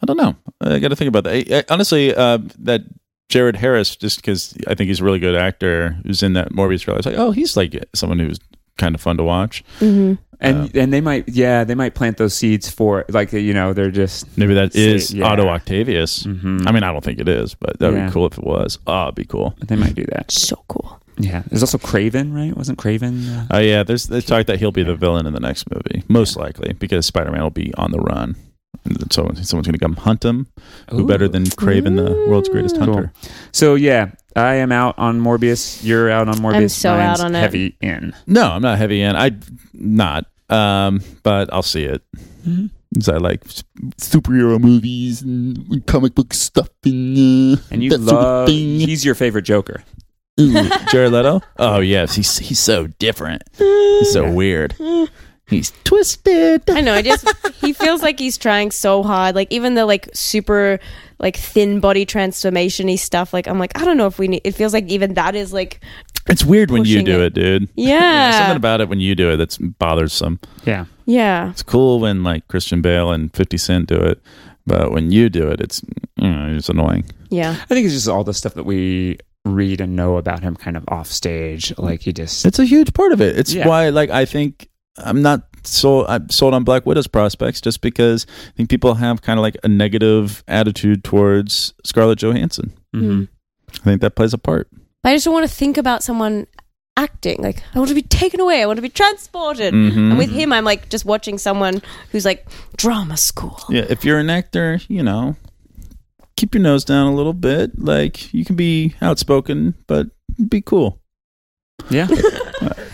B: I don't know. I got to think about that. I, I- honestly, uh, that Jared Harris, just because I think he's a really good actor, who's in that Morbius trailer. I was like, oh, he's like someone who's kind of fun to watch.
E: Mm-hmm.
A: And
B: Um,
A: and they might, yeah, they might plant those seeds for like you know they're just.
B: Maybe that
A: See,
B: is
A: yeah.
B: Otto Octavius.
A: mhm.
B: I mean, I don't think it is, but that would
A: Yeah.
B: be cool if it was. Oh, it'd be cool.
A: they might do that.
E: So cool.
A: Yeah, there's also Craven, right? Wasn't Craven? Uh,
B: Oh yeah, there's they talk that he'll be the villain in the next movie, most likely because Spider-Man will be on the run, and so someone's going to come hunt him. Who
A: ooh.
B: better than Craven, the world's greatest
E: Cool.
B: hunter?
A: So yeah, I am out on Morbius. You're out on Morbius.
E: so
A: Mine's
E: out on it.
A: heavy in.
B: No, I'm not heavy in. I not. Um, but I'll see it.
A: Mhm.
B: 'Cause I like s- superhero movies and comic book stuff and, uh,
A: And you
B: that sort of
A: love.
B: thing.
A: He's your favorite Joker.
B: Ooh, Jared Leto. Oh yes, he's he's so different. He's so weird. He's twisted.
C: I know. I just he feels like he's trying so hard. Like even the like super like thin body transformationy stuff. Like I'm like I don't know if we need. It feels like even that is like
B: It's weird when you
C: Pushing
B: do
C: it.
B: it, dude.
C: yeah.
B: Something about it when you do it that's bothersome.
A: Yeah.
E: Yeah.
B: It's cool when like Christian Bale and Fifty Cent do it, but when you do it, it's you know, it's annoying.
E: Yeah.
A: I think it's just all the stuff that we read and know about him kind of off stage. Like he just
B: It's a huge part of it. It's
A: Yeah.
B: why, like, I think I'm not sold I'm sold on Black Widow's prospects just because I think people have kind of like a negative attitude towards Scarlett Johansson.
E: Mm-hmm.
A: Mhm.
B: I think that plays a part.
C: I just don't want to think about someone acting. Like I want to be taken away. I want to be transported.
B: Mhm.
C: And with him, I'm like just watching someone who's like drama school.
B: Yeah, if you're an actor, you know, keep your nose down a little bit. Like you can be outspoken, but be cool,
A: Yeah,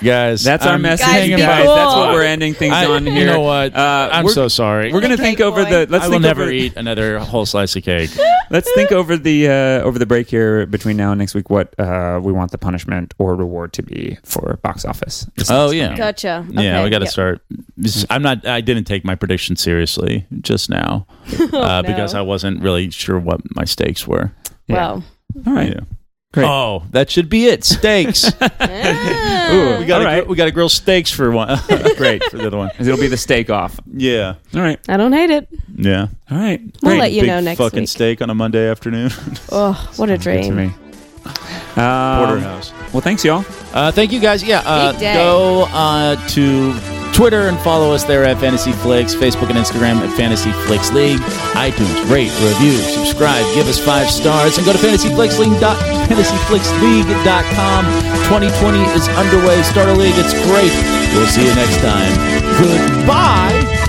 B: guys.
A: that's our
B: I'm
A: message,
F: Guys,
A: guys.
F: be cool.
A: That's what we're ending things
B: Um, I-
A: on here.
B: You know what?
A: Uh,
B: I'm
A: we're-
B: so sorry.
A: We're gonna
F: Okay,
A: think over
F: boy.
A: the. Let's
B: I will
A: think
B: never
A: over,
B: eat another whole slice of cake.
A: Let's think over the uh, over the break here between now and next week. What uh, we want the punishment or reward to be for box office. This
G: Oh,
A: is-
G: yeah.
C: Gotcha.
B: yeah,
C: Okay,
B: we got to
C: yeah.
B: start. This- I'm not. I didn't take my prediction seriously just now
C: Oh,
B: uh, because I wasn't really sure what my stakes were.
A: Yeah.
C: Wow.
A: All right.
B: Yeah.
A: Great.
B: Oh, that should be it. Steaks.
C: Ah.
A: Ooh,
B: we
A: all
B: got to
A: right.
B: we got to grill steaks for one. Great for the other one.
A: It'll be the steak off.
B: Yeah.
A: All right.
C: I don't hate it.
B: Yeah.
A: All right.
C: We'll
A: Great.
C: let you
B: Big
C: know next
B: fucking
C: week.
B: steak on a Monday afternoon.
C: Oh, what a
A: Good to
C: dream.
A: me. Um,
B: Porterhouse.
A: well, thanks, y'all.
G: Uh, thank you guys. Yeah, uh,
F: Big day.
G: go uh, to Twitter and follow us there at Fantasy Flicks, Facebook and Instagram at Fantasy Flicks League, iTunes, rate, review, subscribe, give us five stars, and go to fantasyflicksleague dot fantasyflicksleague.com. 2020 is underway. Start a league. It's great. We'll see you next time. Goodbye.